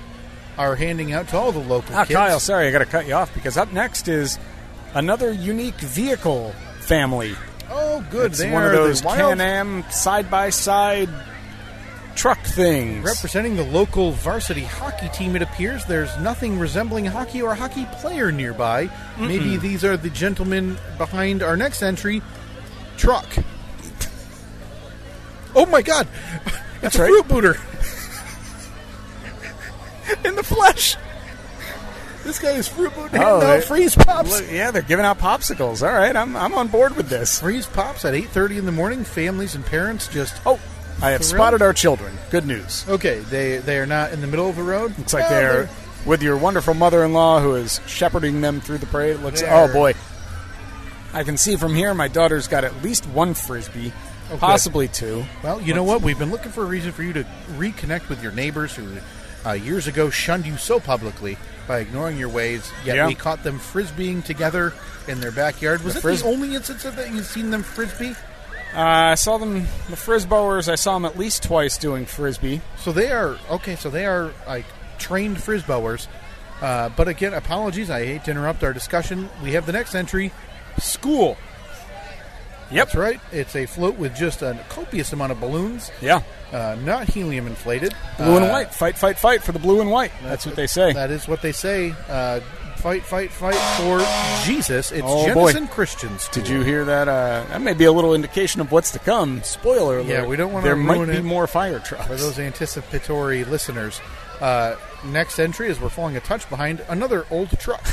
[SPEAKER 3] are handing out to all the local
[SPEAKER 4] Ah,
[SPEAKER 3] kids.
[SPEAKER 4] Kyle, sorry, I got to cut you off because up next is another unique vehicle family.
[SPEAKER 3] Oh, good.
[SPEAKER 4] It's
[SPEAKER 3] they
[SPEAKER 4] one of
[SPEAKER 3] are the
[SPEAKER 4] those
[SPEAKER 3] wild
[SPEAKER 4] Can-Am side-by-side truck things.
[SPEAKER 3] Representing the local varsity hockey team, it appears there's nothing resembling hockey or a hockey player nearby. Maybe these are the gentlemen behind our next entry truck. Oh my god! It's a
[SPEAKER 4] right.
[SPEAKER 3] fruit booter!
[SPEAKER 4] in the flesh.
[SPEAKER 3] This guy is fruit booting
[SPEAKER 4] Oh,
[SPEAKER 3] now
[SPEAKER 4] they-
[SPEAKER 3] freeze pops!
[SPEAKER 4] Look, yeah, they're giving out popsicles. All right, I'm I'm on board with this.
[SPEAKER 3] Freeze pops at 8.30 in the morning. Families and parents just.
[SPEAKER 4] Oh, I have
[SPEAKER 3] Thrilled.
[SPEAKER 4] spotted our children. Good news.
[SPEAKER 3] Okay, they, they are not in the middle of the road.
[SPEAKER 4] Looks like
[SPEAKER 3] Oh,
[SPEAKER 4] they're with your wonderful mother-in-law who is shepherding them through the parade. It looks
[SPEAKER 3] They're-
[SPEAKER 4] oh boy. I can see from here my daughter's got at least one frisbee, possibly two.
[SPEAKER 3] Well, you know what? We've been looking for a reason for you to reconnect with your neighbors who uh, years ago shunned you so publicly by ignoring your ways, yet
[SPEAKER 4] Yeah.
[SPEAKER 3] we caught them frisbeeing together in their backyard. Was it
[SPEAKER 4] fris-
[SPEAKER 3] the only instance of that you've seen them frisbee?
[SPEAKER 4] Uh, I saw them, the frisbowers. I saw them at least twice doing frisbee.
[SPEAKER 3] So they are okay. So they are like trained frisbowers. Uh, but again, apologies. I hate to interrupt our discussion. We have the next entry, school.
[SPEAKER 4] Yep.
[SPEAKER 3] That's right. It's a float with just a copious amount of balloons,
[SPEAKER 4] Yeah,
[SPEAKER 3] uh, not helium inflated.
[SPEAKER 4] blue and
[SPEAKER 3] Uh,
[SPEAKER 4] white. Fight, fight, fight for the blue and white. That's what they say.
[SPEAKER 3] That is what they say. Uh, fight, fight, fight for Jesus. It's
[SPEAKER 4] Oh, boy.
[SPEAKER 3] Jensen Christians.
[SPEAKER 4] Did you hear that? Uh, that may be a little indication of what's to come. Spoiler alert.
[SPEAKER 3] Yeah, we don't wanna
[SPEAKER 4] There might
[SPEAKER 3] ruin
[SPEAKER 4] be
[SPEAKER 3] it
[SPEAKER 4] more fire trucks.
[SPEAKER 3] For those anticipatory listeners, uh, next entry is we're falling a touch behind another old truck.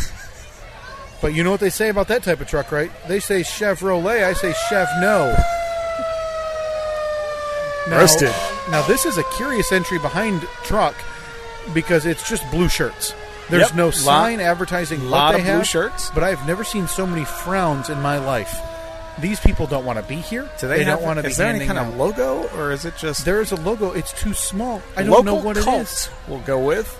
[SPEAKER 3] but you know what they say about that type of truck, right? They say Chevrolet, I say Chev no. Now-
[SPEAKER 4] Roasted.
[SPEAKER 3] Now this is a curious entry behind truck because it's just blue shirts. There's
[SPEAKER 4] Yep.
[SPEAKER 3] no
[SPEAKER 4] Lot-
[SPEAKER 3] sign advertising
[SPEAKER 4] lot
[SPEAKER 3] what they
[SPEAKER 4] of blue
[SPEAKER 3] have,
[SPEAKER 4] shirts.
[SPEAKER 3] but I've never seen so many frowns in my life. These people don't want to be here.
[SPEAKER 4] Do they,
[SPEAKER 3] don't
[SPEAKER 4] have-
[SPEAKER 3] want to be
[SPEAKER 4] Is there any
[SPEAKER 3] handing
[SPEAKER 4] kind
[SPEAKER 3] out-
[SPEAKER 4] of logo, or is it just
[SPEAKER 3] there is a logo. It's too small. I don't
[SPEAKER 4] local
[SPEAKER 3] know what
[SPEAKER 4] cult?
[SPEAKER 3] it is.
[SPEAKER 4] We'll go with.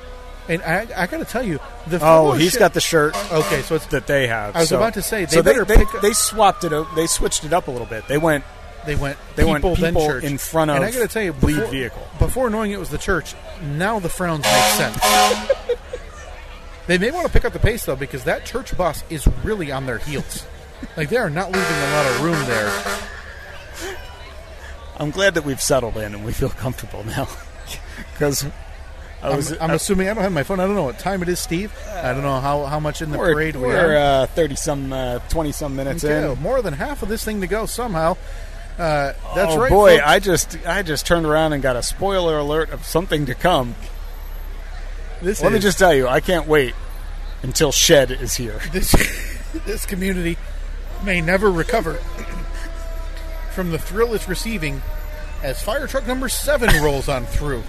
[SPEAKER 3] And I, I got to tell you, the
[SPEAKER 4] Oh,
[SPEAKER 3] fellowship-
[SPEAKER 4] he's got the shirt
[SPEAKER 3] Okay, so it's
[SPEAKER 4] that they have.
[SPEAKER 3] I was
[SPEAKER 4] so-
[SPEAKER 3] about to say, they
[SPEAKER 4] so
[SPEAKER 3] better
[SPEAKER 4] they,
[SPEAKER 3] pick a-
[SPEAKER 4] they swapped it. Up, they switched it up a little bit. They went.
[SPEAKER 3] they went
[SPEAKER 4] they
[SPEAKER 3] people,
[SPEAKER 4] went
[SPEAKER 3] then
[SPEAKER 4] people
[SPEAKER 3] church
[SPEAKER 4] in front
[SPEAKER 3] And
[SPEAKER 4] of
[SPEAKER 3] I got to tell you,
[SPEAKER 4] lead
[SPEAKER 3] before,
[SPEAKER 4] vehicle.
[SPEAKER 3] Before knowing it was the church, now the frowns make sense. they may want to pick up the pace though, because that church bus is really on their heels. like they are not leaving a lot of room there.
[SPEAKER 4] I'm glad that we've settled in and we feel comfortable now. Because I was.
[SPEAKER 3] I'm, I'm assuming I don't have my phone. I don't know what time it is, Steve. I don't know how, how much in the
[SPEAKER 4] we're
[SPEAKER 3] parade we
[SPEAKER 4] we're,
[SPEAKER 3] are.
[SPEAKER 4] uh, thirty some, uh, twenty some minutes
[SPEAKER 3] Okay,
[SPEAKER 4] in.
[SPEAKER 3] more than half of this thing to go somehow. Uh, that's
[SPEAKER 4] oh
[SPEAKER 3] right.
[SPEAKER 4] boy,
[SPEAKER 3] folks.
[SPEAKER 4] I just I just turned around and got a spoiler alert of something to come.
[SPEAKER 3] This
[SPEAKER 4] Let me
[SPEAKER 3] is-
[SPEAKER 4] just tell you, I can't wait until Shed is here.
[SPEAKER 3] this this community may never recover from the thrill it's receiving as fire truck number seven rolls on through.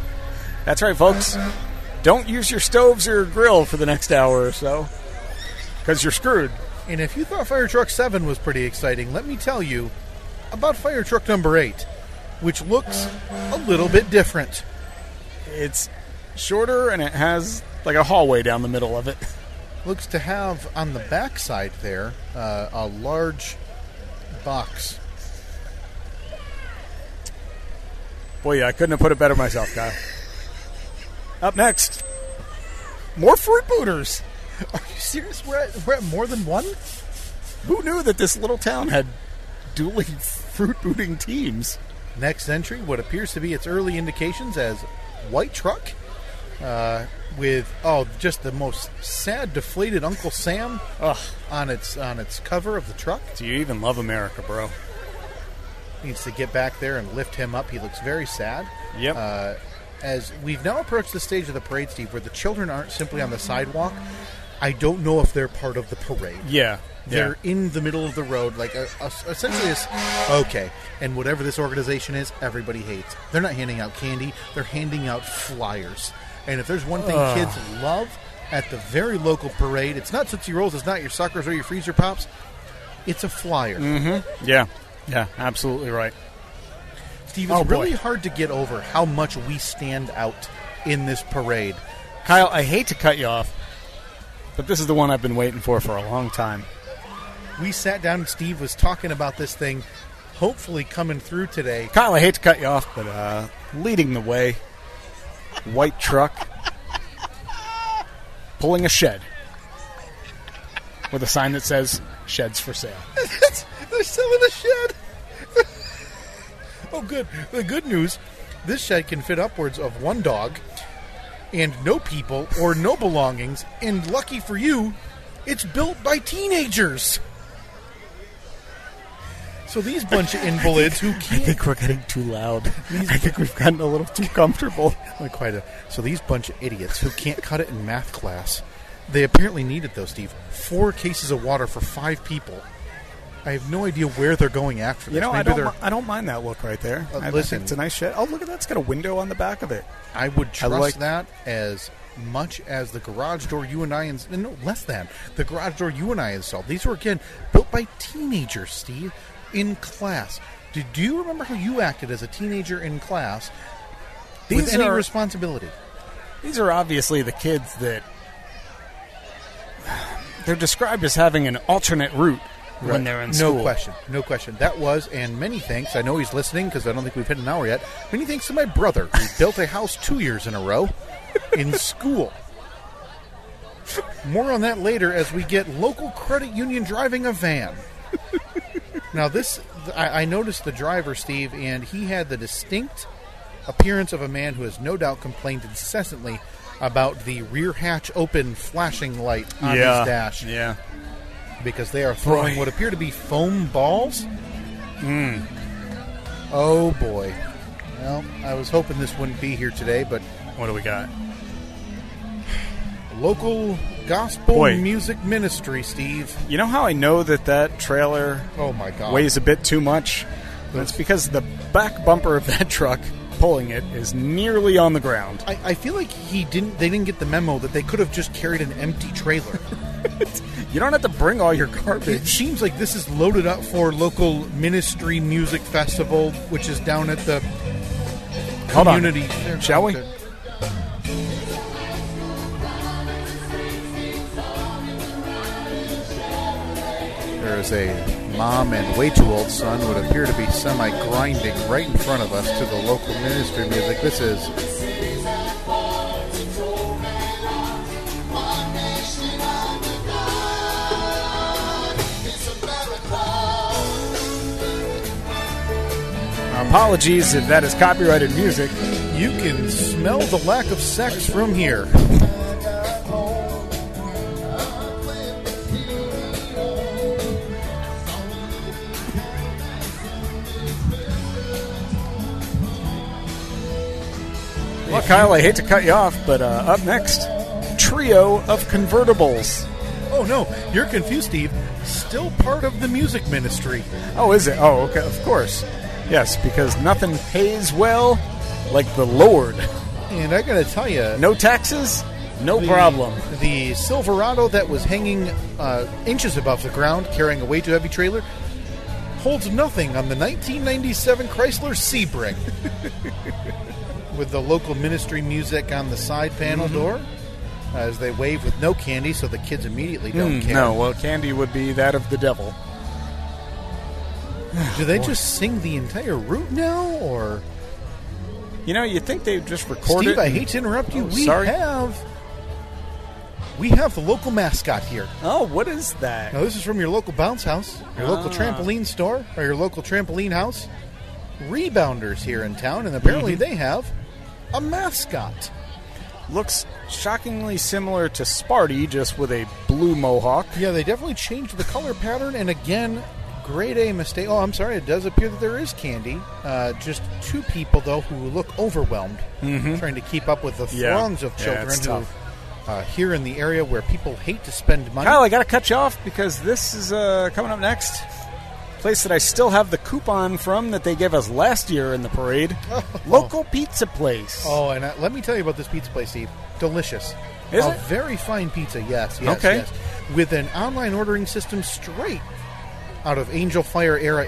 [SPEAKER 4] That's right, folks. Don't use your stoves or your grill for the next hour or so, because you're screwed.
[SPEAKER 3] And if you thought fire truck seven was pretty exciting, let me tell you about fire truck number eight, which looks a little bit different.
[SPEAKER 4] It's shorter and it has like a hallway down the middle of it.
[SPEAKER 3] Looks to have on the backside there uh, a large box.
[SPEAKER 4] Boy, I couldn't have put it better myself, Kyle. Up next, more fruit booters.
[SPEAKER 3] Are you serious? We're at, we're at more than one?
[SPEAKER 4] Who knew that this little town had dueling fruit booting teams?
[SPEAKER 3] Next entry, what appears to be its early indications as white truck, uh, with oh, just the most sad, deflated Uncle Sam
[SPEAKER 4] Ugh.
[SPEAKER 3] on its on its cover of the truck.
[SPEAKER 4] Do you even love America, bro?
[SPEAKER 3] Needs to get back there and lift him up. He looks very sad.
[SPEAKER 4] Yep.
[SPEAKER 3] Uh, as we've now approached the stage of the parade, Steve, where the children aren't simply on the sidewalk. I don't know if they're part of the parade.
[SPEAKER 4] yeah.
[SPEAKER 3] They're in the middle of the road, like a, a, essentially, it's okay. And whatever this organization is, everybody hates. They're not handing out candy; they're handing out flyers. And if there's one thing kids love at the very local parade, it's not tootsie rolls, it's not your suckers or your freezer pops. It's a flyer.
[SPEAKER 4] Mm. Yeah. Yeah. Absolutely right.
[SPEAKER 3] Steve, it's
[SPEAKER 4] Oh, boy.
[SPEAKER 3] really hard to get over how much we stand out in this parade.
[SPEAKER 4] Kyle, I hate to cut you off, but this is the one I've been waiting for for a long time.
[SPEAKER 3] We sat down, and Steve was talking about this thing, hopefully coming through today.
[SPEAKER 4] Kyle, I hate to cut you off, but uh, leading the way, white truck pulling a shed with a sign that says "Sheds for Sale."
[SPEAKER 3] They're selling a shed. oh, good. The good news this shed can fit upwards of one dog and no people or no belongings. And lucky for you, it's built by teenagers. So these bunch of invalids who
[SPEAKER 4] I
[SPEAKER 3] can't
[SPEAKER 4] think we're getting too loud. I think we've gotten a little too comfortable.
[SPEAKER 3] Like quite a, so these bunch of idiots who can't cut it in math class, they apparently need it though, Steve. Four cases of water for five people. I have no idea where they're going after this.
[SPEAKER 4] You know,
[SPEAKER 3] Maybe
[SPEAKER 4] I don't,
[SPEAKER 3] they're
[SPEAKER 4] mi- I don't mind that look right there.
[SPEAKER 3] Uh,
[SPEAKER 4] I- I
[SPEAKER 3] listen.
[SPEAKER 4] think it's a nice shed. Oh, look at that! It's got a window on the back of it.
[SPEAKER 3] I would trust
[SPEAKER 4] like-
[SPEAKER 3] that as much as the garage door you and I ins- no less than the garage door you and I installed. These were again built by teenagers, Steve, in class. Did do you remember how you acted as a teenager in class with
[SPEAKER 4] These
[SPEAKER 3] any
[SPEAKER 4] are-
[SPEAKER 3] responsibility?
[SPEAKER 4] These are obviously the kids that they're described as having an alternate route when they're in
[SPEAKER 3] no
[SPEAKER 4] school.
[SPEAKER 3] question, no question. That was, and many thanks. I know he's listening because I don't think we've hit an hour yet. Many thanks to my brother who built a house two years in a row in school. More on that later as we get local credit union driving a van. Now this, I, I noticed the driver Steve, and he had the distinct appearance of a man who has no doubt complained incessantly about the rear hatch open flashing light on
[SPEAKER 4] Yeah.
[SPEAKER 3] his dash
[SPEAKER 4] Yeah.
[SPEAKER 3] because they are throwing
[SPEAKER 4] Boy.
[SPEAKER 3] what appear to be foam balls. Oh boy. Well, I was hoping this wouldn't be here today, but
[SPEAKER 4] What do we got?
[SPEAKER 3] local gospel
[SPEAKER 4] Boy.
[SPEAKER 3] music ministry, Steve.
[SPEAKER 4] You know how I know that that trailer
[SPEAKER 3] Oh my God.
[SPEAKER 4] weighs a bit too much? That's because the back bumper of that truck pulling it is nearly on the ground.
[SPEAKER 3] I, I feel like he didn't. They didn't get the memo that they could have just carried an empty trailer.
[SPEAKER 4] You don't have to bring all your
[SPEAKER 3] it
[SPEAKER 4] garbage.
[SPEAKER 3] seems like this is loaded up for local ministry music festival, which is down at the
[SPEAKER 4] Hold on.
[SPEAKER 3] community.
[SPEAKER 4] Shall we?
[SPEAKER 3] There is a mom and way too old son would appear to be semi grinding right in front of us to the local ministry music. This is
[SPEAKER 4] Apologies if that is copyrighted music.
[SPEAKER 3] you can smell the lack of sex from here.
[SPEAKER 4] Well, Kyle, I hate to cut you off, but uh, up next, trio of convertibles.
[SPEAKER 3] Oh no, you're confused, Steve. Still part of the music ministry.
[SPEAKER 4] Oh, is it? Oh, okay, of course. Yes, because nothing pays well like the Lord.
[SPEAKER 3] And I gotta tell you,
[SPEAKER 4] No taxes, no
[SPEAKER 3] the-
[SPEAKER 4] problem.
[SPEAKER 3] The Silverado that was hanging uh, inches above the ground, carrying a way too heavy trailer, holds nothing on the 1997 Chrysler Sebring. with the local ministry music on the side panel
[SPEAKER 4] Mm-hmm.
[SPEAKER 3] door, as they wave with no candy, so the kids immediately don't care.
[SPEAKER 4] Hmm, Mm, No, well, candy would be that of the devil.
[SPEAKER 3] Do they just sing the entire route now, or
[SPEAKER 4] You know, you think they just record
[SPEAKER 3] Steve?
[SPEAKER 4] it?
[SPEAKER 3] I
[SPEAKER 4] and-
[SPEAKER 3] hate to interrupt you.
[SPEAKER 4] Oh,
[SPEAKER 3] we
[SPEAKER 4] sorry.
[SPEAKER 3] have we have the local mascot here.
[SPEAKER 4] Oh, what is that?
[SPEAKER 3] Now, this is from your local bounce house, your local
[SPEAKER 4] Ah.
[SPEAKER 3] trampoline store, or your local trampoline house. Rebounders here in town, and apparently
[SPEAKER 4] Mm-hmm.
[SPEAKER 3] they have a mascot.
[SPEAKER 4] Looks shockingly similar to Sparty, just with a blue mohawk.
[SPEAKER 3] Yeah, they definitely changed the color pattern, and again, grade A mistake. Oh, I'm sorry, it does appear that there is candy. Uh, just two people, though, who look overwhelmed, trying to keep up with the
[SPEAKER 4] Mm-hmm. Yeah.
[SPEAKER 3] throngs of
[SPEAKER 4] Yeah,
[SPEAKER 3] children
[SPEAKER 4] it's
[SPEAKER 3] who.
[SPEAKER 4] tough.
[SPEAKER 3] Uh, here in the area where people hate to spend money.
[SPEAKER 4] Kyle, I got to cut you off because this is uh, coming up next. Place that I still have the coupon from that they gave us last year in the parade. Local pizza place.
[SPEAKER 3] Oh, and uh, let me tell you about this pizza place, Steve. Delicious.
[SPEAKER 4] Is
[SPEAKER 3] a
[SPEAKER 4] it?
[SPEAKER 3] very fine pizza. Yes, yes,
[SPEAKER 4] Okay.
[SPEAKER 3] yes. With an online ordering system straight out of Angel Fire era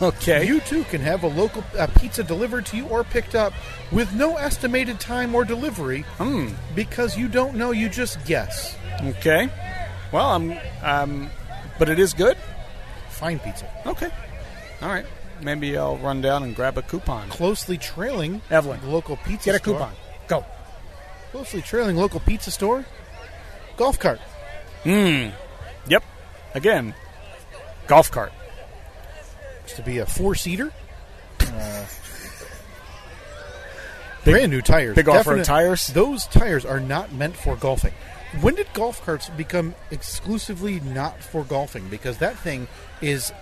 [SPEAKER 4] Okay.
[SPEAKER 3] You too can have a local uh, pizza delivered to you or picked up with no estimated time or delivery
[SPEAKER 4] Hmm.
[SPEAKER 3] because you don't know, you just guess.
[SPEAKER 4] Okay. Well, I'm. Um, but it is good.
[SPEAKER 3] Fine pizza.
[SPEAKER 4] Okay. All right. Maybe I'll run down and grab a coupon.
[SPEAKER 3] Closely trailing
[SPEAKER 4] Evelyn,
[SPEAKER 3] the local pizza
[SPEAKER 4] Get a
[SPEAKER 3] store-
[SPEAKER 4] coupon. Go.
[SPEAKER 3] Closely trailing local pizza store. Golf cart.
[SPEAKER 4] Yep. Again. Golf cart.
[SPEAKER 3] It's to be a four seater. Uh, brand new tires.
[SPEAKER 4] big off-road
[SPEAKER 3] Definite-
[SPEAKER 4] tires.
[SPEAKER 3] Those tires are not meant for golfing. When did golf carts become exclusively not for golfing? Because that thing is.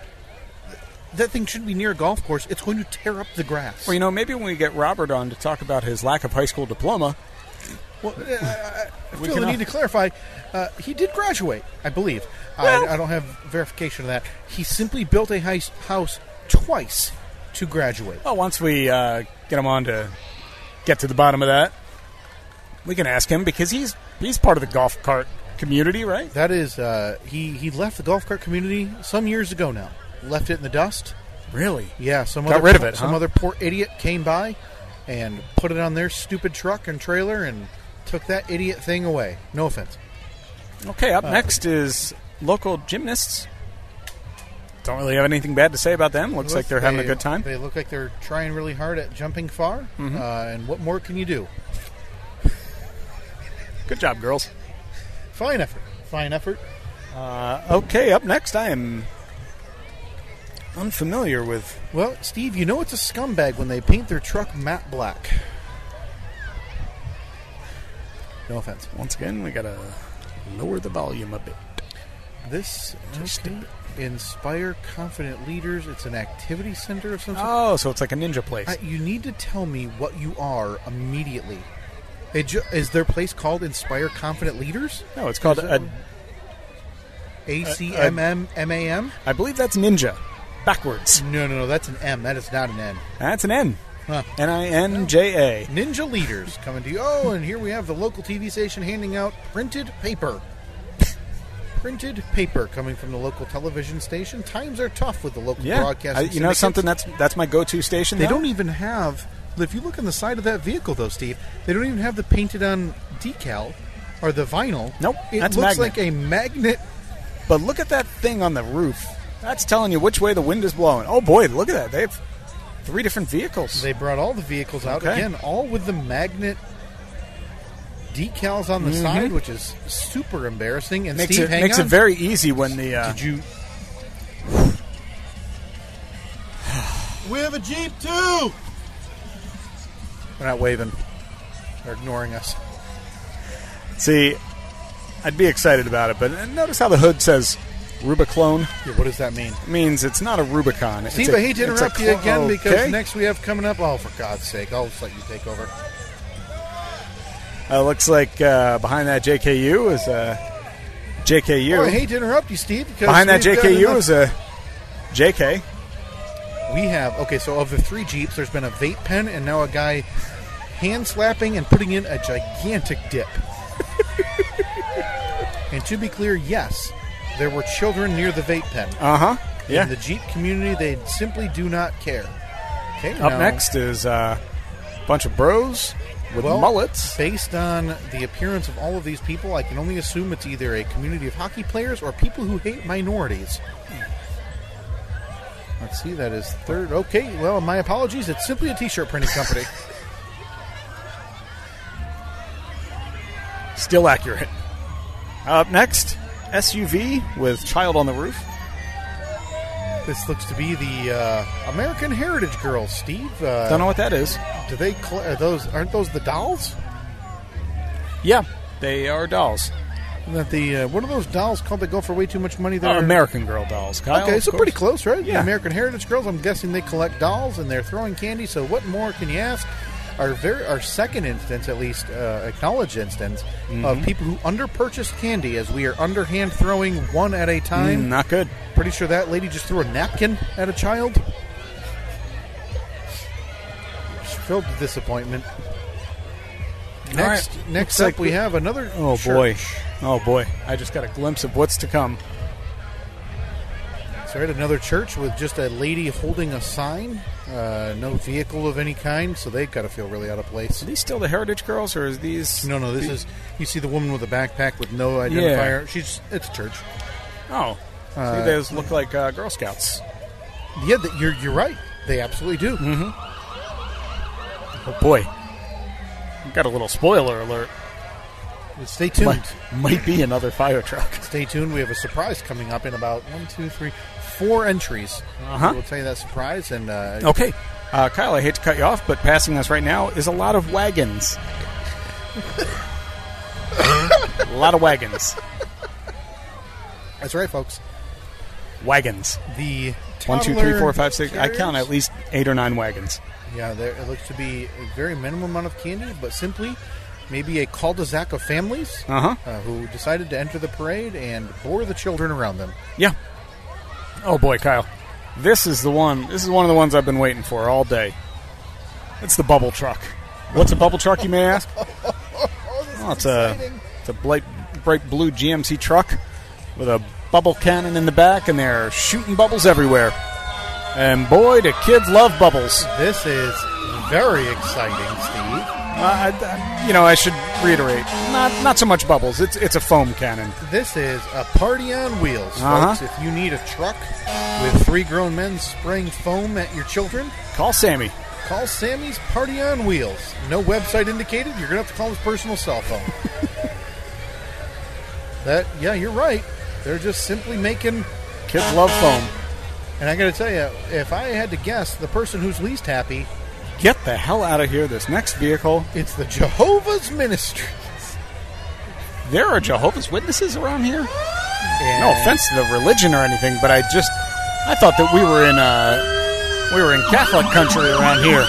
[SPEAKER 3] That thing should be near a golf course. It's going to tear up the grass.
[SPEAKER 4] Well, you know, maybe when we get Robert on to talk about his lack of high school diploma,
[SPEAKER 3] Well, uh, I
[SPEAKER 4] We
[SPEAKER 3] feel the
[SPEAKER 4] cannot-
[SPEAKER 3] need to clarify. Uh, he did graduate, I believe.
[SPEAKER 4] Well-
[SPEAKER 3] I, I don't have verification of that. He simply built a heis- house twice to graduate.
[SPEAKER 4] well, once we uh, get him on to get to the bottom of that, we can ask him because he's he's part of the golf cart community, right?
[SPEAKER 3] That is, uh, he he left the golf cart community some years ago now. Left it in the dust.
[SPEAKER 4] Really?
[SPEAKER 3] Yeah, some
[SPEAKER 4] Got
[SPEAKER 3] other
[SPEAKER 4] rid of it,
[SPEAKER 3] Some
[SPEAKER 4] huh?
[SPEAKER 3] other poor idiot came by and put it on their stupid truck and trailer and took that idiot thing away. No offense.
[SPEAKER 4] Okay, up next is local gymnasts. Don't really have anything bad to say about them. Looks like they're having a
[SPEAKER 3] They-
[SPEAKER 4] good time. Mm-hmm.
[SPEAKER 3] They look like they're trying really hard at jumping far. Uh, and what more can you do?
[SPEAKER 4] Good job, girls.
[SPEAKER 3] Fine effort. Fine effort.
[SPEAKER 4] Okay, up next, I am unfamiliar with.
[SPEAKER 3] Well, Steve, you know it's a scumbag when they paint their truck matte black. No offense.
[SPEAKER 4] Once again, we gotta lower the volume a bit.
[SPEAKER 3] This okay. inspire confident leaders. It's an activity center of some sort.
[SPEAKER 4] Oh, so it's like a ninja place.
[SPEAKER 3] Uh, you need to tell me what you are immediately. It ju- is their place called Inspire Confident Leaders?
[SPEAKER 4] no, it's called. A,
[SPEAKER 3] A
[SPEAKER 4] Uh,
[SPEAKER 3] C M M M A M?
[SPEAKER 4] I believe that's ninja, backwards.
[SPEAKER 3] No, no, no. That's an M. That is not an N.
[SPEAKER 4] That's an N.
[SPEAKER 3] Huh.
[SPEAKER 4] N i n j a.
[SPEAKER 3] Ninja Leaders coming to you. Oh, and here we have the local TV station handing out printed paper. printed paper coming from the local television station. Times are tough with the local
[SPEAKER 4] Yeah,
[SPEAKER 3] broadcast.
[SPEAKER 4] I- you know something? That's that's my go-to station.
[SPEAKER 3] They
[SPEAKER 4] now.
[SPEAKER 3] don't even have. If you look on the side of that vehicle, though, Steve, they don't even have the painted on decal or the vinyl.
[SPEAKER 4] Nope,
[SPEAKER 3] It
[SPEAKER 4] that's
[SPEAKER 3] looks
[SPEAKER 4] magnet.
[SPEAKER 3] like a magnet.
[SPEAKER 4] But look at that thing on the roof. That's telling you which way the wind is blowing. Oh boy, look at that. They have three different vehicles.
[SPEAKER 3] They brought all the vehicles out
[SPEAKER 4] Okay.
[SPEAKER 3] again, all with the magnet decals on the side, which is super embarrassing.
[SPEAKER 4] Mm-hmm.
[SPEAKER 3] And
[SPEAKER 4] makes
[SPEAKER 3] Steve,
[SPEAKER 4] it
[SPEAKER 3] hang
[SPEAKER 4] makes
[SPEAKER 3] on.
[SPEAKER 4] it very easy when the uh,
[SPEAKER 3] Did you?
[SPEAKER 5] We have a Jeep too.
[SPEAKER 3] They're not waving. They're ignoring us.
[SPEAKER 4] see. I'd be excited about it, but uh, notice how the hood says Rubiclone
[SPEAKER 3] Yeah, what does that mean?
[SPEAKER 4] It means it's not a Rubicon. It's
[SPEAKER 3] Steve,
[SPEAKER 4] a-
[SPEAKER 3] I hate to
[SPEAKER 4] it's a
[SPEAKER 3] interrupt you
[SPEAKER 4] clo-
[SPEAKER 3] again because
[SPEAKER 4] okay.
[SPEAKER 3] next we have coming up. Oh, for God's sake! I'll just let you take over.
[SPEAKER 4] Uh, looks like uh, behind that JKU is uh, a JKU.
[SPEAKER 3] Oh, I hate to interrupt you, Steve. Because
[SPEAKER 4] behind that
[SPEAKER 3] we've got
[SPEAKER 4] JKU
[SPEAKER 3] enough-
[SPEAKER 4] is a JK.
[SPEAKER 3] We have okay. So of the three jeeps, there's been a vape pen and now a guy hand slapping and putting in a gigantic dip. and to be clear, yes, there were children near the vape pen.
[SPEAKER 4] Uh huh. Yeah.
[SPEAKER 3] Uh-huh. In the jeep community, they simply do not care. Okay.
[SPEAKER 4] Up
[SPEAKER 3] now,
[SPEAKER 4] next is uh, a bunch of bros with
[SPEAKER 3] well,
[SPEAKER 4] mullets.
[SPEAKER 3] Based on the appearance of all of these people, I can only assume it's either a community of hockey players or people who hate minorities. Let's see, that is third. Okay, well, my apologies. It's simply a t shirt printing company.
[SPEAKER 4] Still accurate. Up next, SUV with child on the roof.
[SPEAKER 3] This looks to be the uh, American Heritage Girls, Steve. Uh,
[SPEAKER 4] Don't know what that is.
[SPEAKER 3] do they? Cl- are those aren't those the dolls?
[SPEAKER 4] Yeah, they are dolls.
[SPEAKER 3] That the uh, what are those dolls called that go for way too much money?
[SPEAKER 4] Uh,
[SPEAKER 3] They're
[SPEAKER 4] American Girl dolls. Kyle,
[SPEAKER 3] Okay,
[SPEAKER 4] of
[SPEAKER 3] so
[SPEAKER 4] course.
[SPEAKER 3] pretty close, right? The
[SPEAKER 4] Yeah.
[SPEAKER 3] American Heritage Girls. I'm guessing they collect dolls and they're throwing candy. So what more can you ask? Our very our second instance, at least uh, acknowledged instance,
[SPEAKER 4] Mm-hmm.
[SPEAKER 3] of people who underpurchased candy as we are underhand throwing one at a
[SPEAKER 4] Mm,
[SPEAKER 3] time.
[SPEAKER 4] not good.
[SPEAKER 3] Pretty sure that lady just threw a napkin at a child. She's filled with disappointment. Next,
[SPEAKER 4] right. Looks
[SPEAKER 3] next up,
[SPEAKER 4] like
[SPEAKER 3] we
[SPEAKER 4] we-
[SPEAKER 3] have another.
[SPEAKER 4] Oh
[SPEAKER 3] church.
[SPEAKER 4] boy. Oh boy. I just got a glimpse of what's to come.
[SPEAKER 3] That's right, another church with just a lady holding a sign. Uh, no vehicle of any kind, so they've got to feel really out of place.
[SPEAKER 4] Are these still the Heritage Girls, or is these?
[SPEAKER 3] No, no, this is. You see the woman with a backpack with no identifier. She's. It's a church.
[SPEAKER 4] Oh, See, those look like uh, Girl Scouts.
[SPEAKER 3] Yeah, th- you're you're right. They absolutely do.
[SPEAKER 4] Mm-hmm. Oh boy. Got a little spoiler alert.
[SPEAKER 3] Stay tuned.
[SPEAKER 4] Might, might be another fire truck.
[SPEAKER 3] Stay tuned. We have a surprise coming up in about one, two, three, four entries.
[SPEAKER 4] Uh-huh.
[SPEAKER 3] We'll tell you that surprise and. Uh,
[SPEAKER 4] Okay. Uh, Kyle, I hate to cut you off, but passing us right now is a lot of wagons. a lot of wagons.
[SPEAKER 3] That's right, folks.
[SPEAKER 4] Wagons.
[SPEAKER 3] The
[SPEAKER 4] One, two, three,
[SPEAKER 3] toddler
[SPEAKER 4] four, five, six. I count
[SPEAKER 3] carriers-
[SPEAKER 4] at least eight or nine wagons.
[SPEAKER 3] Yeah, there it looks to be a very minimum amount of candy, but simply maybe a cul-de-sac of families
[SPEAKER 4] Uh-huh.
[SPEAKER 3] uh, who decided to enter the parade and bore the children around them.
[SPEAKER 4] Yeah. Oh boy, Kyle. This is the one. This is one of the ones I've been waiting for all day. It's the bubble truck. What's a bubble truck, you may ask? Oh, it's a it's a bright, bright blue GMC truck with a bubble cannon in the back, and they're shooting bubbles everywhere. And boy, do kids love bubbles! Uh,
[SPEAKER 3] This is very exciting, Steve.
[SPEAKER 4] I, I- you know, I should reiterate, not not so much bubbles. It's it's a foam cannon.
[SPEAKER 3] This is a party on wheels,
[SPEAKER 4] Uh-huh.
[SPEAKER 3] folks. If you need a truck with three grown men spraying foam at your children,
[SPEAKER 4] Call Sammy.
[SPEAKER 3] call Sammy's Party on Wheels. No website indicated. You're gonna have to call his personal cell phone. that yeah, you're right. They're just simply making.
[SPEAKER 4] Kids love foam.
[SPEAKER 3] And I got to tell you, if I had to guess, the person who's least happy,
[SPEAKER 4] Get the hell out of here. This next vehicle.
[SPEAKER 3] it's the Jehovah's Ministry.
[SPEAKER 4] There are Jehovah's Witnesses around here. No offense to the religion or anything, but I just I thought that we were in uh we were in Catholic country around here.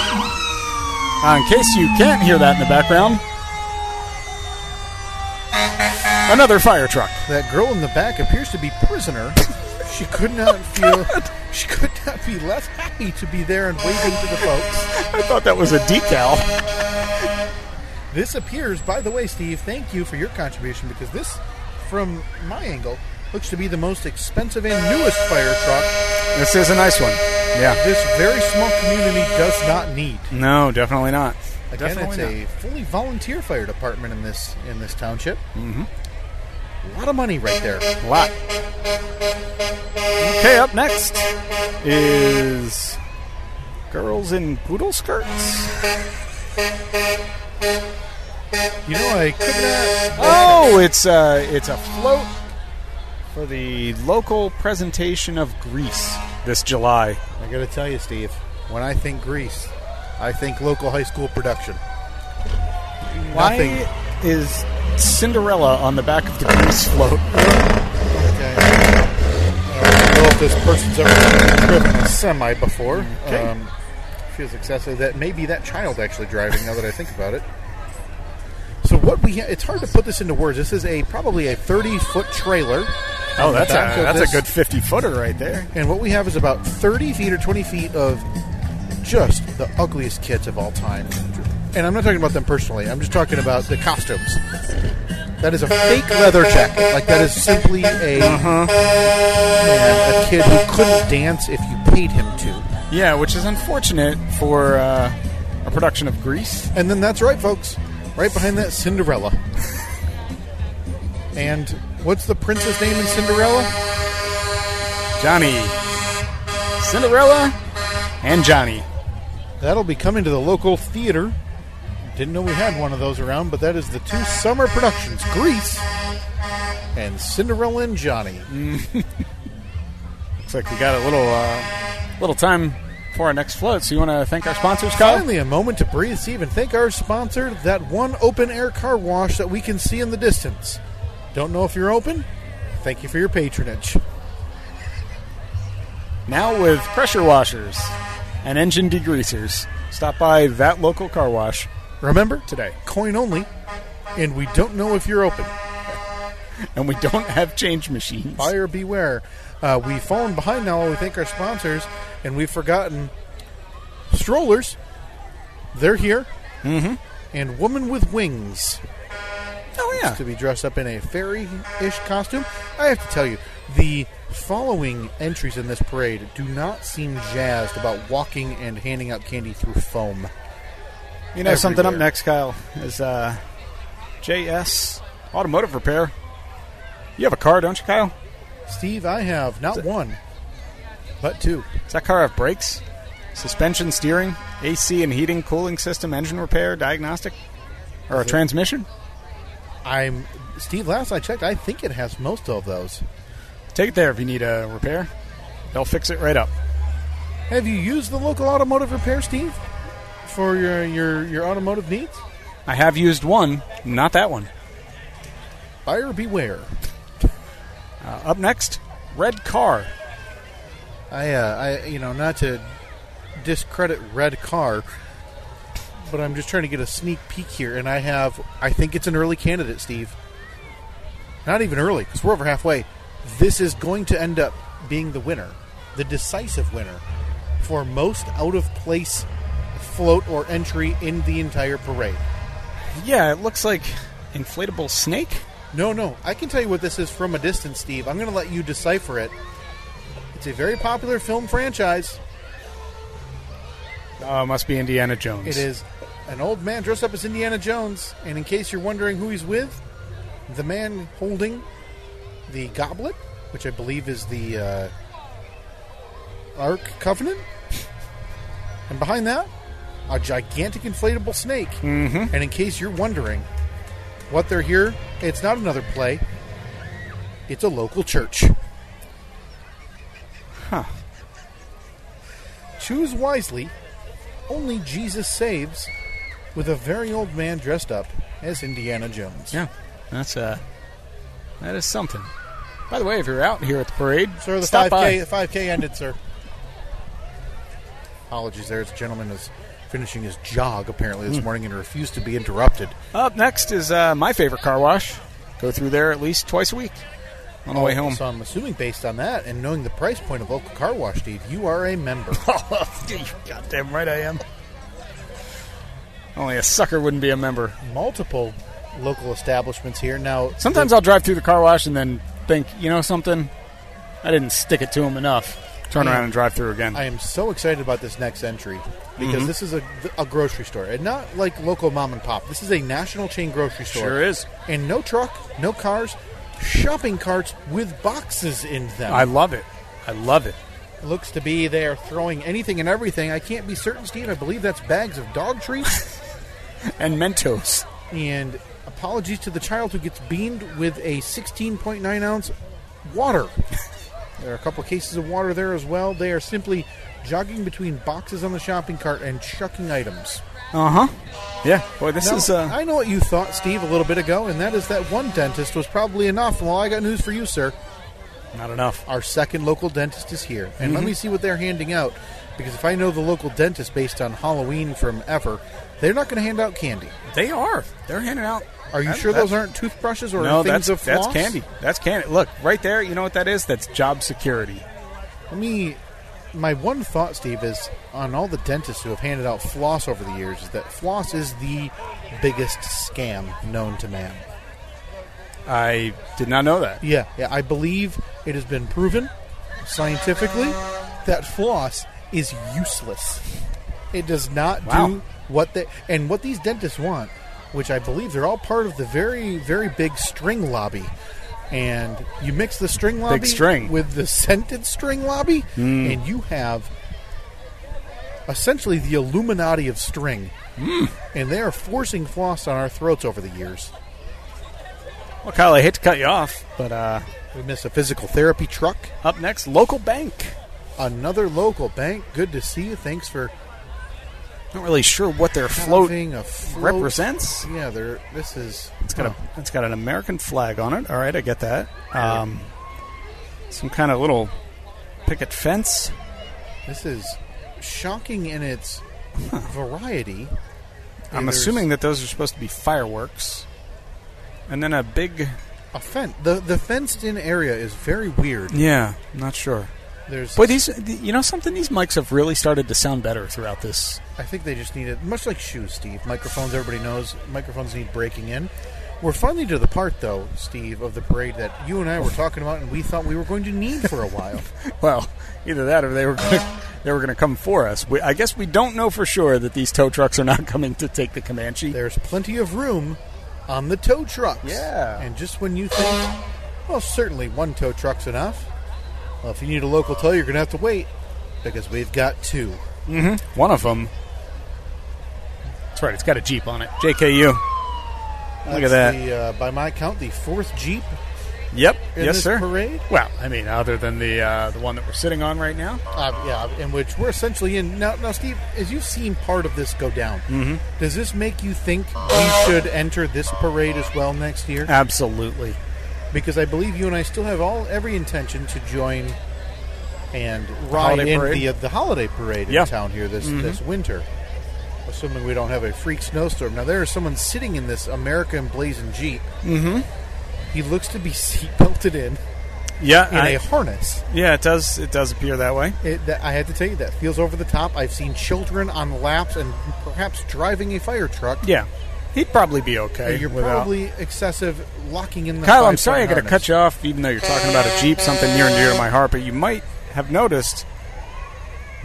[SPEAKER 4] Uh, in case you can't hear that in the background, another fire truck.
[SPEAKER 3] That girl in the back appears to be prisoner. She could not feel. She could not be less happy to be there and waving to the folks.
[SPEAKER 4] I thought that was a decal.
[SPEAKER 3] This appears, by the way, Steve. Thank you for your contribution because this, from my angle, looks to be the most expensive and newest fire truck
[SPEAKER 4] This is a nice one. Yeah.
[SPEAKER 3] this very small community does not need.
[SPEAKER 4] No, definitely not.
[SPEAKER 3] Again, it's
[SPEAKER 4] Definitely
[SPEAKER 3] a fully volunteer fire department in this in this township. Mm-hmm. A lot of money right there.
[SPEAKER 4] a lot. Okay, up next is girls in poodle skirts.
[SPEAKER 3] You know, I could not.
[SPEAKER 4] Oh, it's a it's a float for the local presentation of Greece this July.
[SPEAKER 3] I gotta tell you, Steve, when I think Greece, I think local high school production.
[SPEAKER 4] Why
[SPEAKER 3] Nothing.
[SPEAKER 4] is Cinderella on the back of the Greece float?
[SPEAKER 3] Okay. I don't know if this person's ever driven a semi before.
[SPEAKER 4] Okay.
[SPEAKER 3] Um, she was excessive. That may be that child actually driving. Now that I think about it. So what we ha- it's hard to put this into words. This is a probably a thirty foot trailer.
[SPEAKER 4] Oh, that's a
[SPEAKER 3] Back of
[SPEAKER 4] that's
[SPEAKER 3] this-
[SPEAKER 4] a good fifty footer right there.
[SPEAKER 3] And what we have is about 30 feet or 20 feet of just the ugliest kids of all time. And I'm not talking about them personally, I'm just talking about the costumes. That is a fake leather jacket. Like, that is simply a, man, a kid who couldn't dance if you paid him to.
[SPEAKER 4] Yeah, which is unfortunate for uh, a production of Greece.
[SPEAKER 3] And then that's right, folks. Right behind that, Cinderella. and what's the prince's name in Cinderella?
[SPEAKER 4] Johnny, Cinderella, and Johnny.
[SPEAKER 3] That'll be coming to the local theater. Didn't know we had one of those around, but that is the two summer productions, Grease and Cinderella and Johnny.
[SPEAKER 4] Looks like we got a little uh, little time for our next float. So you want to thank our sponsors, Kyle?
[SPEAKER 3] Finally, a moment to breathe, Steve, and thank our sponsor, that one open air car wash that we can see in the distance. Don't know if you're open? Thank you for your patronage.
[SPEAKER 4] Now with pressure washers and engine degreasers. Stop by that local car wash.
[SPEAKER 3] Remember,
[SPEAKER 4] Today.
[SPEAKER 3] coin only, and we don't know if you're open.
[SPEAKER 4] And we don't have change machines.
[SPEAKER 3] Buyer beware. Uh, we've fallen behind now. We thank our sponsors, and we've forgotten strollers. They're here. Mm-hmm. And woman with wings
[SPEAKER 4] Oh yeah.
[SPEAKER 3] to be dressed up in a fairy-ish costume. I have to tell you, the following entries in this parade do not seem jazzed about walking and handing out candy through foam.
[SPEAKER 4] You know something up
[SPEAKER 3] everywhere.
[SPEAKER 4] next, Kyle, is uh, JS Automotive Repair. You have a car, don't you, Kyle?
[SPEAKER 3] Steve, I have not one, but two.
[SPEAKER 4] Does that car have brakes, suspension, steering, AC and heating, cooling system, engine repair, diagnostic, or a transmission?
[SPEAKER 3] I'm Steve. Last I checked, I think it has most of those.
[SPEAKER 4] Take it there if you need a repair. They'll fix it right up.
[SPEAKER 3] Have you used the local automotive repair, Steve, for your your, your automotive needs?
[SPEAKER 4] I have used one, not that one.
[SPEAKER 3] Buyer beware.
[SPEAKER 4] Uh, up next, red car.
[SPEAKER 3] I uh, I you know not to discredit Red Car, but I'm just trying to get a sneak peek here, and I have I think it's an early candidate, Steve. Not even early because we're over halfway. This is going to end up being the winner, the decisive winner for most out of place float or entry in the entire parade.
[SPEAKER 4] Yeah, it looks like inflatable snake.
[SPEAKER 3] No, no. I can tell you what this is from a distance, Steve. I'm going to let you decipher it. It's a very popular film franchise.
[SPEAKER 4] Oh, it must be Indiana Jones.
[SPEAKER 3] It is an old man dressed up as Indiana Jones, and in case you're wondering who he's with, the man holding the goblet, which I believe is the uh, Ark Covenant, and behind that, a gigantic inflatable snake. Mm-hmm. And in case you're wondering what they're here, it's not another play. It's a local church.
[SPEAKER 4] Huh.
[SPEAKER 3] Choose wisely. Only Jesus saves. With a very old man dressed up as Indiana Jones.
[SPEAKER 4] Yeah, that's uh, that is something. By the way, if you're out here at the parade,
[SPEAKER 3] Sir, the
[SPEAKER 4] stop by.
[SPEAKER 3] 5K, the 5K ended, sir. Apologies there. This gentleman is finishing his jog apparently
[SPEAKER 4] Hmm.
[SPEAKER 3] this morning and refused to be interrupted.
[SPEAKER 4] Up next is uh, my favorite car wash. Go through there at least twice a week on the way home.
[SPEAKER 3] So I'm assuming based on that and knowing the price point of local car wash, Steve, you are a member.
[SPEAKER 4] Oh, you goddamn right I am. Only a sucker wouldn't be a member.
[SPEAKER 3] Multiple local establishments here. Now,
[SPEAKER 4] Sometimes I'll drive through the car wash and then think, you know something? I didn't stick it to him enough. Turn around and drive through again.
[SPEAKER 3] I am so excited about this next entry because
[SPEAKER 4] Mm-hmm.
[SPEAKER 3] this is a, a grocery store and not like local mom and pop. This is a national chain grocery store.
[SPEAKER 4] Sure is.
[SPEAKER 3] And no truck, no cars, shopping carts with boxes in them.
[SPEAKER 4] I love it. I love it.
[SPEAKER 3] looks to be there throwing anything and everything. I can't be certain, Steve. I believe that's bags of dog treats.
[SPEAKER 4] And Mentos.
[SPEAKER 3] and apologies to the child who gets beamed with a 16.9 ounce water. there are a couple cases of water there as well. They are simply jogging between boxes on the shopping cart and chucking items.
[SPEAKER 4] Uh huh. Yeah. Boy, this
[SPEAKER 3] Now,
[SPEAKER 4] is uh,
[SPEAKER 3] I know what you thought, Steve, a little bit ago, and that is that one dentist was probably enough. Well, I got news for you, sir.
[SPEAKER 4] not enough.
[SPEAKER 3] Our second local dentist is here, and
[SPEAKER 4] Mm-hmm.
[SPEAKER 3] let me see what they're handing out. Because if I know the local dentist based on Halloween from ever, they're not going to hand out candy.
[SPEAKER 4] They are. They're handing out.
[SPEAKER 3] Are you
[SPEAKER 4] that-
[SPEAKER 3] sure
[SPEAKER 4] that-
[SPEAKER 3] those aren't toothbrushes or
[SPEAKER 4] No,
[SPEAKER 3] things
[SPEAKER 4] that's
[SPEAKER 3] of
[SPEAKER 4] that's
[SPEAKER 3] floss?
[SPEAKER 4] candy. That's candy. Look right there. You know what that is? That's job security.
[SPEAKER 3] Let me. My one thought, Steve, is on all the dentists who have handed out floss over the years is that floss is the biggest scam known to man.
[SPEAKER 4] I did not know that.
[SPEAKER 3] Yeah, yeah. I believe it has been proven scientifically that floss is useless. It does not
[SPEAKER 4] Wow.
[SPEAKER 3] do what they and what these dentists want, which I believe they're all part of the very, very big string lobby. And you mix the string lobby
[SPEAKER 4] string. Mm.
[SPEAKER 3] with the scented string lobby, and you have essentially the Illuminati of string.
[SPEAKER 4] Mm.
[SPEAKER 3] And they are forcing floss on our throats over the years.
[SPEAKER 4] Well, Kyle, I hate to cut you off, but uh,
[SPEAKER 3] We miss a physical therapy truck.
[SPEAKER 4] up next, local bank.
[SPEAKER 3] another local bank. Good to see you. Thanks for
[SPEAKER 4] Not really sure what their float
[SPEAKER 3] having a float.
[SPEAKER 4] represents.
[SPEAKER 3] Yeah, they're, this is
[SPEAKER 4] It's got
[SPEAKER 3] huh.
[SPEAKER 4] a, it's got an American flag on it. All right, I get that. Um, some kind of little picket fence.
[SPEAKER 3] this is shocking in its variety.
[SPEAKER 4] I'm
[SPEAKER 3] There's
[SPEAKER 4] assuming that those are supposed to be fireworks, and then a big.
[SPEAKER 3] a fence. The the fenced in area is very weird.
[SPEAKER 4] Yeah, not sure.
[SPEAKER 3] There's
[SPEAKER 4] Mm. Boy, these you know something. These mics have really started to sound better throughout this.
[SPEAKER 3] I think they just needed much like shoes, Steve. Microphones, everybody knows microphones need breaking in. We're finally to the part though, Steve, of the parade that you and I were talking about, and we thought we were going to need for a while.
[SPEAKER 4] Well, either that or they were gonna, they were going to come for us. We, I guess we don't know for sure that these tow trucks are not coming to take the Comanche.
[SPEAKER 3] There's plenty of room on the tow trucks.
[SPEAKER 4] Yeah.
[SPEAKER 3] And just when you think, well, certainly one tow truck's enough. Well, if you need a local tow, you're going to have to wait because we've got two.
[SPEAKER 4] One of them. That's right. It's got a jeep on it. JKU. Look at that.
[SPEAKER 3] That's The, uh, by my count, the fourth Jeep
[SPEAKER 4] yep.
[SPEAKER 3] in
[SPEAKER 4] yes,
[SPEAKER 3] this
[SPEAKER 4] sir.
[SPEAKER 3] parade.
[SPEAKER 4] Well, I mean, other than the uh, the one that we're sitting on right now.
[SPEAKER 3] Uh, yeah, in which we're essentially in. Now, now, Steve, as you've seen part of this go down,
[SPEAKER 4] Mm-hmm.
[SPEAKER 3] does this make you think we should enter this parade as well next year?
[SPEAKER 4] Absolutely.
[SPEAKER 3] because I believe you and I still have all every intention to join and ride
[SPEAKER 4] holiday
[SPEAKER 3] in
[SPEAKER 4] parade?
[SPEAKER 3] the uh, the holiday parade in
[SPEAKER 4] Yeah. Mm-hmm.
[SPEAKER 3] town here this this winter, assuming we don't have a freak snowstorm. Now there is someone sitting in this America emblazoned jeep. Mm-hmm. He looks to be seat belted in
[SPEAKER 4] Yeah.
[SPEAKER 3] in
[SPEAKER 4] I-
[SPEAKER 3] a harness.
[SPEAKER 4] yeah. It does. It does appear that way.
[SPEAKER 3] It, that, I had to tell you that feels over the top. I've seen children on laps and perhaps driving a fire truck.
[SPEAKER 4] Yeah. He'd probably be okay.
[SPEAKER 3] You're
[SPEAKER 4] without-
[SPEAKER 3] probably excessive locking in the
[SPEAKER 4] Kyle, I'm
[SPEAKER 3] five-point
[SPEAKER 4] sorry I got to
[SPEAKER 3] harness.
[SPEAKER 4] cut you off, even though you're talking about a Jeep, something near and dear to my heart, but you might have noticed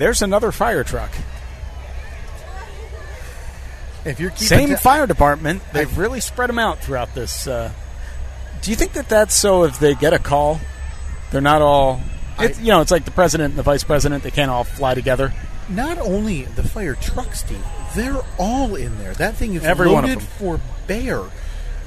[SPEAKER 4] there's another fire truck.
[SPEAKER 3] If you're keeping
[SPEAKER 4] Same
[SPEAKER 3] ta-
[SPEAKER 4] fire department. They've really spread them out throughout this. Uh, do you think that that's so? If they get a call, they're not all. It's, you know, it's like the president and the vice president. They can't all fly together.
[SPEAKER 3] not only the fire truck, Steve, they're all in there. That thing is
[SPEAKER 4] Every one of
[SPEAKER 3] loaded
[SPEAKER 4] them.
[SPEAKER 3] for bear.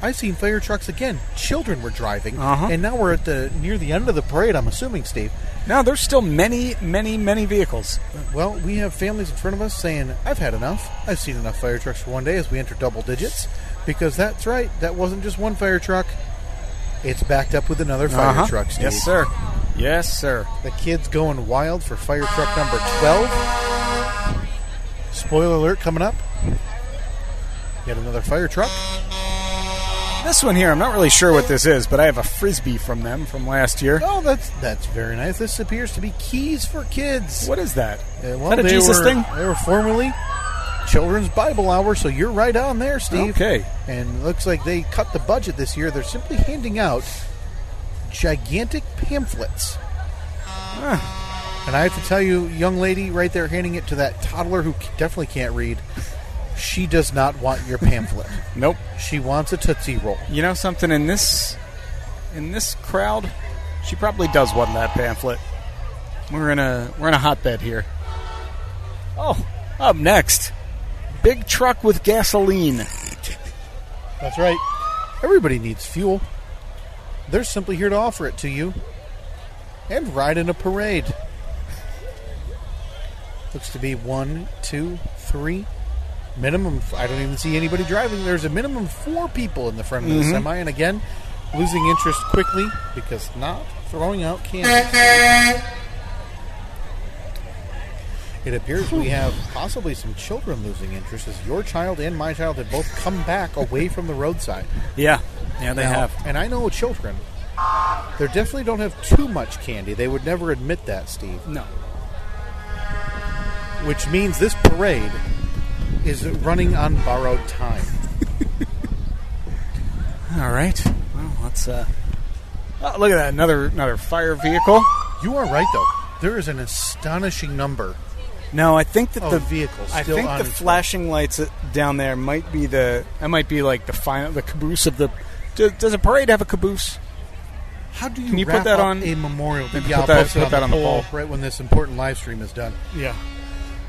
[SPEAKER 3] I've seen fire trucks again. Children were driving,
[SPEAKER 4] Uh-huh.
[SPEAKER 3] and now we're at the near the end of the parade. I'm assuming, Steve.
[SPEAKER 4] Now there's still many, many, many vehicles.
[SPEAKER 3] Well, we have families in front of us saying, "I've had enough. I've seen enough fire trucks for one day." As we enter double digits, because that's right. That wasn't just one fire truck. It's backed up with another fire
[SPEAKER 4] Uh-huh.
[SPEAKER 3] truck, Steve.
[SPEAKER 4] Yes, sir. Yes, sir.
[SPEAKER 3] The kid's going wild for fire truck number 12. Spoiler alert coming up. Yet another fire truck.
[SPEAKER 4] This one here, I'm not really sure what this is, but I have a frisbee from them from last year.
[SPEAKER 3] Oh, that's that's very nice. This appears to be keys for kids.
[SPEAKER 4] What is that?
[SPEAKER 3] Uh,
[SPEAKER 4] Is
[SPEAKER 3] well,
[SPEAKER 4] that a
[SPEAKER 3] they
[SPEAKER 4] Jesus
[SPEAKER 3] were-
[SPEAKER 4] thing?
[SPEAKER 3] They were formerly Children's Bible Hour, so you're right on there, Steve.
[SPEAKER 4] Okay.
[SPEAKER 3] And looks like they cut the budget this year. They're simply handing out gigantic pamphlets. And I have to tell you, young lady right there handing it to that toddler who c- definitely can't read, she does not want your pamphlet.
[SPEAKER 4] Nope.
[SPEAKER 3] she wants a Tootsie Roll.
[SPEAKER 4] You know something in this in this crowd, she probably does want that pamphlet. We're in a we're in a hotbed here. Oh, up next, big truck with gasoline.
[SPEAKER 3] That's right. Everybody needs fuel. They're simply here to offer it to you and ride in a parade. Looks to be one, two, three. Minimum, I don't even see anybody driving. There's a minimum four people in the front of the semi, and again, losing interest quickly because not throwing out candy. It appears we have possibly some children losing interest as your child and my child had both come back away from the roadside.
[SPEAKER 4] Yeah, yeah, they
[SPEAKER 3] Now,
[SPEAKER 4] have.
[SPEAKER 3] And I know children. They definitely don't have too much candy. They would never admit that, Steve.
[SPEAKER 4] No,
[SPEAKER 3] Which means this parade is running on borrowed time.
[SPEAKER 4] all right. Well, let's uh. Oh, look at that! Another another fire vehicle.
[SPEAKER 3] You are right, though. There is an astonishing number.
[SPEAKER 4] No, I think that
[SPEAKER 3] Oh,
[SPEAKER 4] the
[SPEAKER 3] vehicles
[SPEAKER 4] I
[SPEAKER 3] still
[SPEAKER 4] think
[SPEAKER 3] on
[SPEAKER 4] the
[SPEAKER 3] its way.
[SPEAKER 4] flashing lights uh, down there might be the. That might be like the final, the caboose of the. Does, does a parade have a caboose?
[SPEAKER 3] How do you,
[SPEAKER 4] Can you put
[SPEAKER 3] wrap
[SPEAKER 4] that
[SPEAKER 3] up
[SPEAKER 4] on-
[SPEAKER 3] a memorial?
[SPEAKER 4] Maybe
[SPEAKER 3] Yeah,
[SPEAKER 4] put
[SPEAKER 3] I'll
[SPEAKER 4] that-
[SPEAKER 3] post it
[SPEAKER 4] put that on the
[SPEAKER 3] poll
[SPEAKER 4] poll.
[SPEAKER 3] right when this important live stream is done.
[SPEAKER 4] Yeah.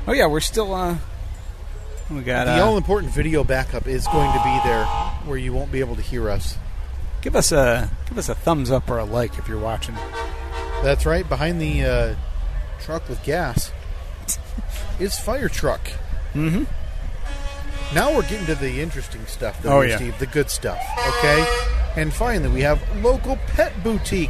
[SPEAKER 4] Oh yeah, we're still. uh We got.
[SPEAKER 3] The all
[SPEAKER 4] Uh,
[SPEAKER 3] important video backup is going to be there, where you won't be able to hear us.
[SPEAKER 4] give us a give us a thumbs up or a like if you're watching. Oh,
[SPEAKER 3] That's right. Behind the uh, truck with gas is fire truck. Mm-hmm. Now we're getting to the interesting stuff, though,
[SPEAKER 4] Oh, yeah.
[SPEAKER 3] Steve. The good stuff, okay? And finally, we have local pet boutique.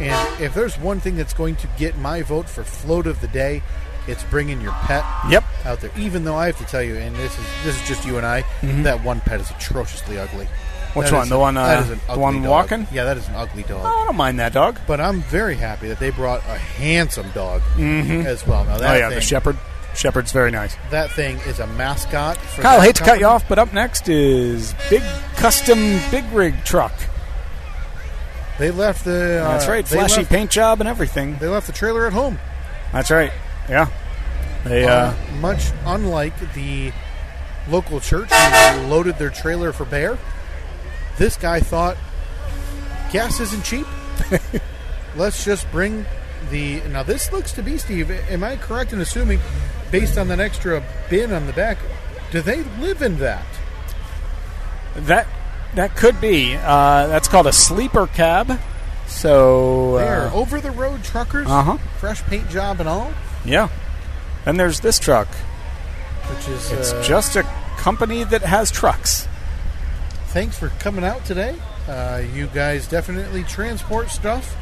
[SPEAKER 3] And if there's one thing that's going to get my vote for float of the day, it's bringing your pet
[SPEAKER 4] Yep.
[SPEAKER 3] out there. Even though I have to tell you, and this is this is just you and I, that one pet is atrociously ugly.
[SPEAKER 4] Which
[SPEAKER 3] That
[SPEAKER 4] Mm-hmm. one? The
[SPEAKER 3] is a-
[SPEAKER 4] one, uh,
[SPEAKER 3] that is an
[SPEAKER 4] the
[SPEAKER 3] ugly
[SPEAKER 4] one
[SPEAKER 3] dog.
[SPEAKER 4] walking?
[SPEAKER 3] Yeah, that is an ugly dog.
[SPEAKER 4] Oh, I don't mind that dog.
[SPEAKER 3] But I'm very happy that they brought a handsome dog as well. Now that
[SPEAKER 4] oh yeah,
[SPEAKER 3] thing,
[SPEAKER 4] the shepherd. Shepherd's very nice.
[SPEAKER 3] that thing is a mascot. For
[SPEAKER 4] Kyle,
[SPEAKER 3] that
[SPEAKER 4] hate to cut you
[SPEAKER 3] company.
[SPEAKER 4] off, but up next is big custom big rig truck.
[SPEAKER 3] They left the. Uh,
[SPEAKER 4] That's right,
[SPEAKER 3] they
[SPEAKER 4] flashy
[SPEAKER 3] left-
[SPEAKER 4] paint job and everything.
[SPEAKER 3] They left the trailer at home.
[SPEAKER 4] That's right. Yeah. They uh,
[SPEAKER 3] Uh, much unlike the local church who loaded their trailer for bear, this guy thought gas isn't cheap. Let's just bring the. Now, this looks to be, Steve, am I correct in assuming, based on that extra bin on the back, do they live in that?
[SPEAKER 4] That that could be. Uh, that's called a sleeper cab. So
[SPEAKER 3] They are
[SPEAKER 4] uh,
[SPEAKER 3] over the road truckers,
[SPEAKER 4] Uh-huh.
[SPEAKER 3] fresh paint job and all,
[SPEAKER 4] yeah. And there's this truck.
[SPEAKER 3] which is
[SPEAKER 4] It's
[SPEAKER 3] uh,
[SPEAKER 4] just a company that has trucks.
[SPEAKER 3] thanks for coming out today. Uh, you guys definitely transport stuff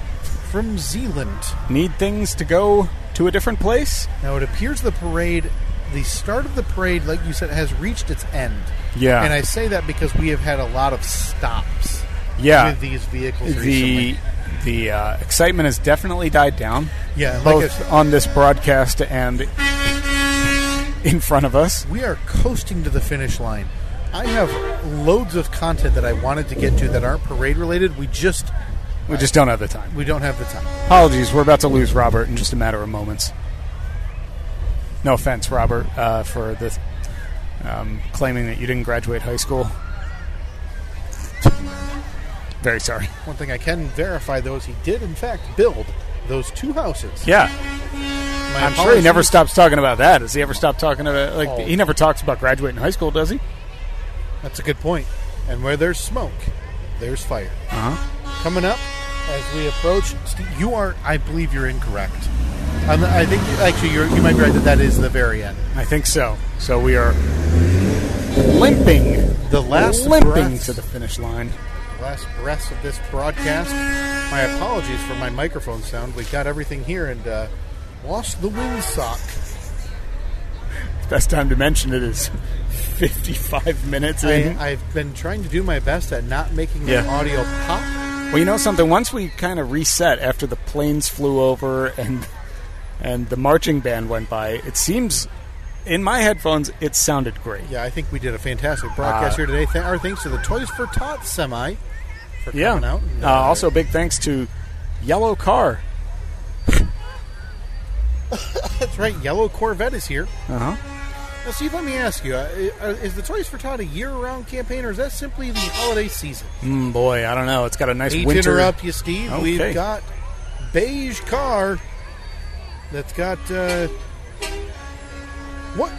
[SPEAKER 3] from Zealand.
[SPEAKER 4] Need things to go to a different place?
[SPEAKER 3] Now it appears the parade, the start of the parade, like you said, has reached its end.
[SPEAKER 4] Yeah.
[SPEAKER 3] and I say that because we have had a lot of stops
[SPEAKER 4] Yeah.
[SPEAKER 3] with these vehicles
[SPEAKER 4] The
[SPEAKER 3] recently.
[SPEAKER 4] the uh, excitement has definitely died down,
[SPEAKER 3] Yeah, like I
[SPEAKER 4] both
[SPEAKER 3] said,
[SPEAKER 4] on this broadcast and in front of us.
[SPEAKER 3] we are coasting to the finish line. I have loads of content that I wanted to get to that aren't parade related. We just
[SPEAKER 4] We just don't have the time.
[SPEAKER 3] we don't have the time.
[SPEAKER 4] Apologies, we're about to lose Robert in just a matter of moments. No offense, Robert, uh, for the um, claiming that you didn't graduate high school. Very sorry.
[SPEAKER 3] One thing I can verify, though, is he did, in fact, build those two houses.
[SPEAKER 4] Yeah,
[SPEAKER 3] My
[SPEAKER 4] I'm sure he never
[SPEAKER 3] apologies.
[SPEAKER 4] stops talking about that. Does he ever stop talking about like
[SPEAKER 3] Oh.
[SPEAKER 4] he never talks about graduating high school, does he?
[SPEAKER 3] That's a good point. And where there's smoke, there's fire.
[SPEAKER 4] Uh-huh.
[SPEAKER 3] Coming up, as we approach, Steve, you are, I believe you're incorrect. I'm, I think, actually, you're, you might be right that that is the very end.
[SPEAKER 4] I think so. So we are limping,
[SPEAKER 3] The last
[SPEAKER 4] limping
[SPEAKER 3] breath-
[SPEAKER 4] to the finish line.
[SPEAKER 3] last breaths of this broadcast. My apologies for my microphone sound. We got everything here and uh, lost the windsock.
[SPEAKER 4] Best time to mention it is 55 minutes in.
[SPEAKER 3] I, I've been trying to do my best at not making the
[SPEAKER 4] Mm-hmm. Yeah.
[SPEAKER 3] audio pop.
[SPEAKER 4] well, you know something. Once we kind of reset after the planes flew over and and the marching band went by, it seems in my headphones it sounded great.
[SPEAKER 3] Yeah, I think we did a fantastic broadcast here today. Th- our thanks to the Toys for Tots semi for coming out. and,
[SPEAKER 4] Uh, also, big thanks to Yellow Car.
[SPEAKER 3] that's right. Yellow Corvette is here. Now, Steve, let me ask you: uh, uh, Is the Toys for Tot a year-round campaign, or is that simply the holiday season?
[SPEAKER 4] Mm, boy, I don't know. It's got a nice
[SPEAKER 3] Hate to
[SPEAKER 4] winter.
[SPEAKER 3] interrupt you, Steve.
[SPEAKER 4] Okay.
[SPEAKER 3] We've got beige car that's got uh, what?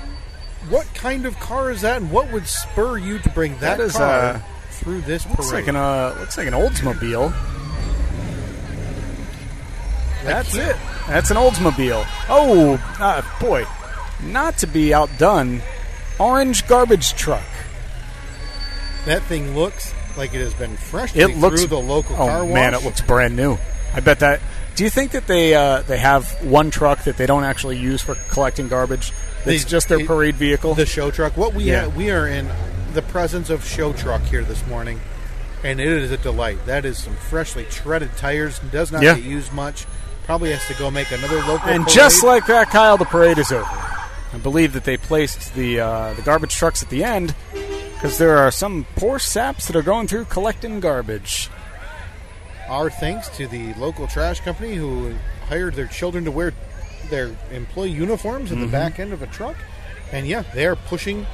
[SPEAKER 3] What kind of car is that, and what would spur you to bring
[SPEAKER 4] That
[SPEAKER 3] that,
[SPEAKER 4] is,
[SPEAKER 3] car
[SPEAKER 4] uh,
[SPEAKER 3] through this
[SPEAKER 4] Looks
[SPEAKER 3] parade?
[SPEAKER 4] like an uh, looks like an Oldsmobile. That's
[SPEAKER 3] can't-
[SPEAKER 4] it. That's an Oldsmobile. Oh, uh, boy. Not to be outdone, orange garbage truck.
[SPEAKER 3] that thing looks like it has been fresh
[SPEAKER 4] It looks
[SPEAKER 3] through the local
[SPEAKER 4] oh,
[SPEAKER 3] car wash.
[SPEAKER 4] man, it looks brand new. I bet that. Do you think that they uh, they have one truck that they don't actually use for collecting garbage? It's
[SPEAKER 3] They-
[SPEAKER 4] just their
[SPEAKER 3] it-
[SPEAKER 4] parade vehicle.
[SPEAKER 3] the show truck. What we
[SPEAKER 4] Yeah.
[SPEAKER 3] ha- we are in the presence of show truck here this morning, and it is a delight. That is some freshly treaded tires. Does not
[SPEAKER 4] Yeah.
[SPEAKER 3] get used much. Probably has to go make another local.
[SPEAKER 4] and
[SPEAKER 3] parade.
[SPEAKER 4] just like that, Kyle, the parade is over. I believe that they placed the uh, the garbage trucks at the end because there are some poor saps that are going through collecting garbage.
[SPEAKER 3] Our thanks to the local trash company who hired their children to wear their employee uniforms in
[SPEAKER 4] Mm-hmm.
[SPEAKER 3] the back end of a truck. And yeah, they are pushing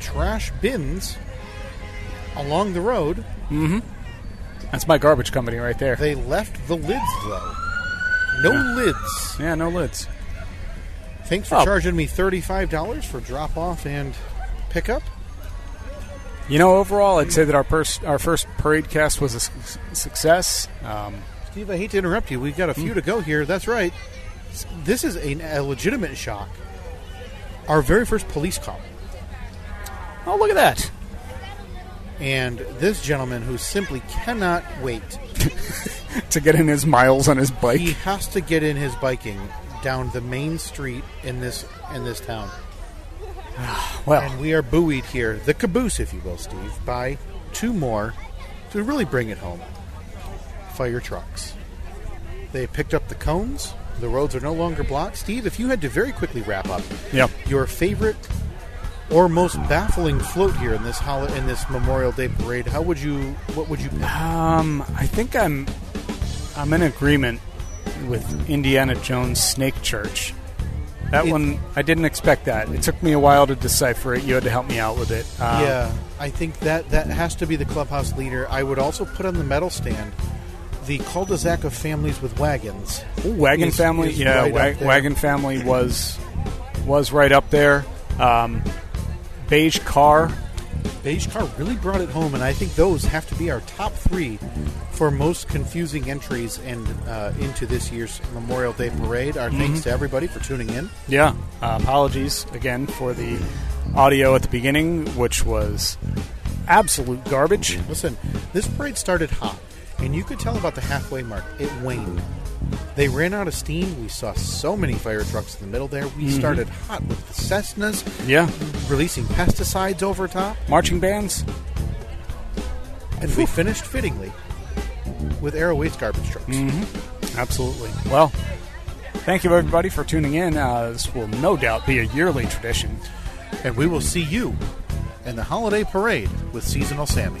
[SPEAKER 3] trash bins along the road.
[SPEAKER 4] That's my garbage company right there.
[SPEAKER 3] They left the lids though. No lids.
[SPEAKER 4] yeah, no lids.
[SPEAKER 3] Thanks for
[SPEAKER 4] Oh.
[SPEAKER 3] charging me $35 for drop off and pickup.
[SPEAKER 4] You know, overall, I'd say that our first our first parade cast was a su- success. Um,
[SPEAKER 3] Steve, I hate to interrupt you. We've got a few to go here. That's right. S- This is a, a legitimate shock. Our very first police call.
[SPEAKER 4] oh, look at that!
[SPEAKER 3] and this gentleman who simply cannot wait.
[SPEAKER 4] To get in his miles on his bike.
[SPEAKER 3] He has to get in his biking down the main street in this in this town.
[SPEAKER 4] well,
[SPEAKER 3] And we are buoyed here, the caboose, if you will, Steve, by two more to really bring it home. Fire trucks. They picked up the cones. The roads are no longer blocked. Steve, if you had to very quickly wrap up
[SPEAKER 4] yeah.
[SPEAKER 3] your favorite or most baffling float here in this hol- in this Memorial Day parade, how would you what would you pick?
[SPEAKER 4] Um, I think I'm I'm in agreement with Indiana Jones Snake Church. That
[SPEAKER 3] It-
[SPEAKER 4] one I didn't expect that. It took me a while to decipher it. You had to help me out with it. Um,
[SPEAKER 3] Yeah, I think that that has to be the clubhouse leader. I would also put on the medal stand the cul-de-sac of families with wagons.
[SPEAKER 4] Ooh, Wagon
[SPEAKER 3] Is-
[SPEAKER 4] Family,
[SPEAKER 3] is
[SPEAKER 4] yeah,
[SPEAKER 3] right
[SPEAKER 4] Wa-
[SPEAKER 3] up there.
[SPEAKER 4] Wagon Family was was right up there. Um, beige car,
[SPEAKER 3] Beige car really brought it home, and I think those have to be our top three for most confusing entries and uh, into this year's Memorial Day parade. Our thanks to everybody for tuning in.
[SPEAKER 4] yeah. Uh, apologies again for the audio at the beginning, which was absolute garbage.
[SPEAKER 3] Listen, this parade started hot, and you could tell about the halfway mark. It waned. They ran out of steam. We saw so many fire trucks in the middle there. We started hot with the Cessnas.
[SPEAKER 4] Yeah,
[SPEAKER 3] releasing pesticides over top,
[SPEAKER 4] marching bands.
[SPEAKER 3] and we finished fittingly with Aero Waste garbage trucks.
[SPEAKER 4] Absolutely. Well, thank you everybody for tuning in. Uh, this will no doubt be a yearly tradition.
[SPEAKER 3] And we will see you in the holiday parade with Seasonal Sammy.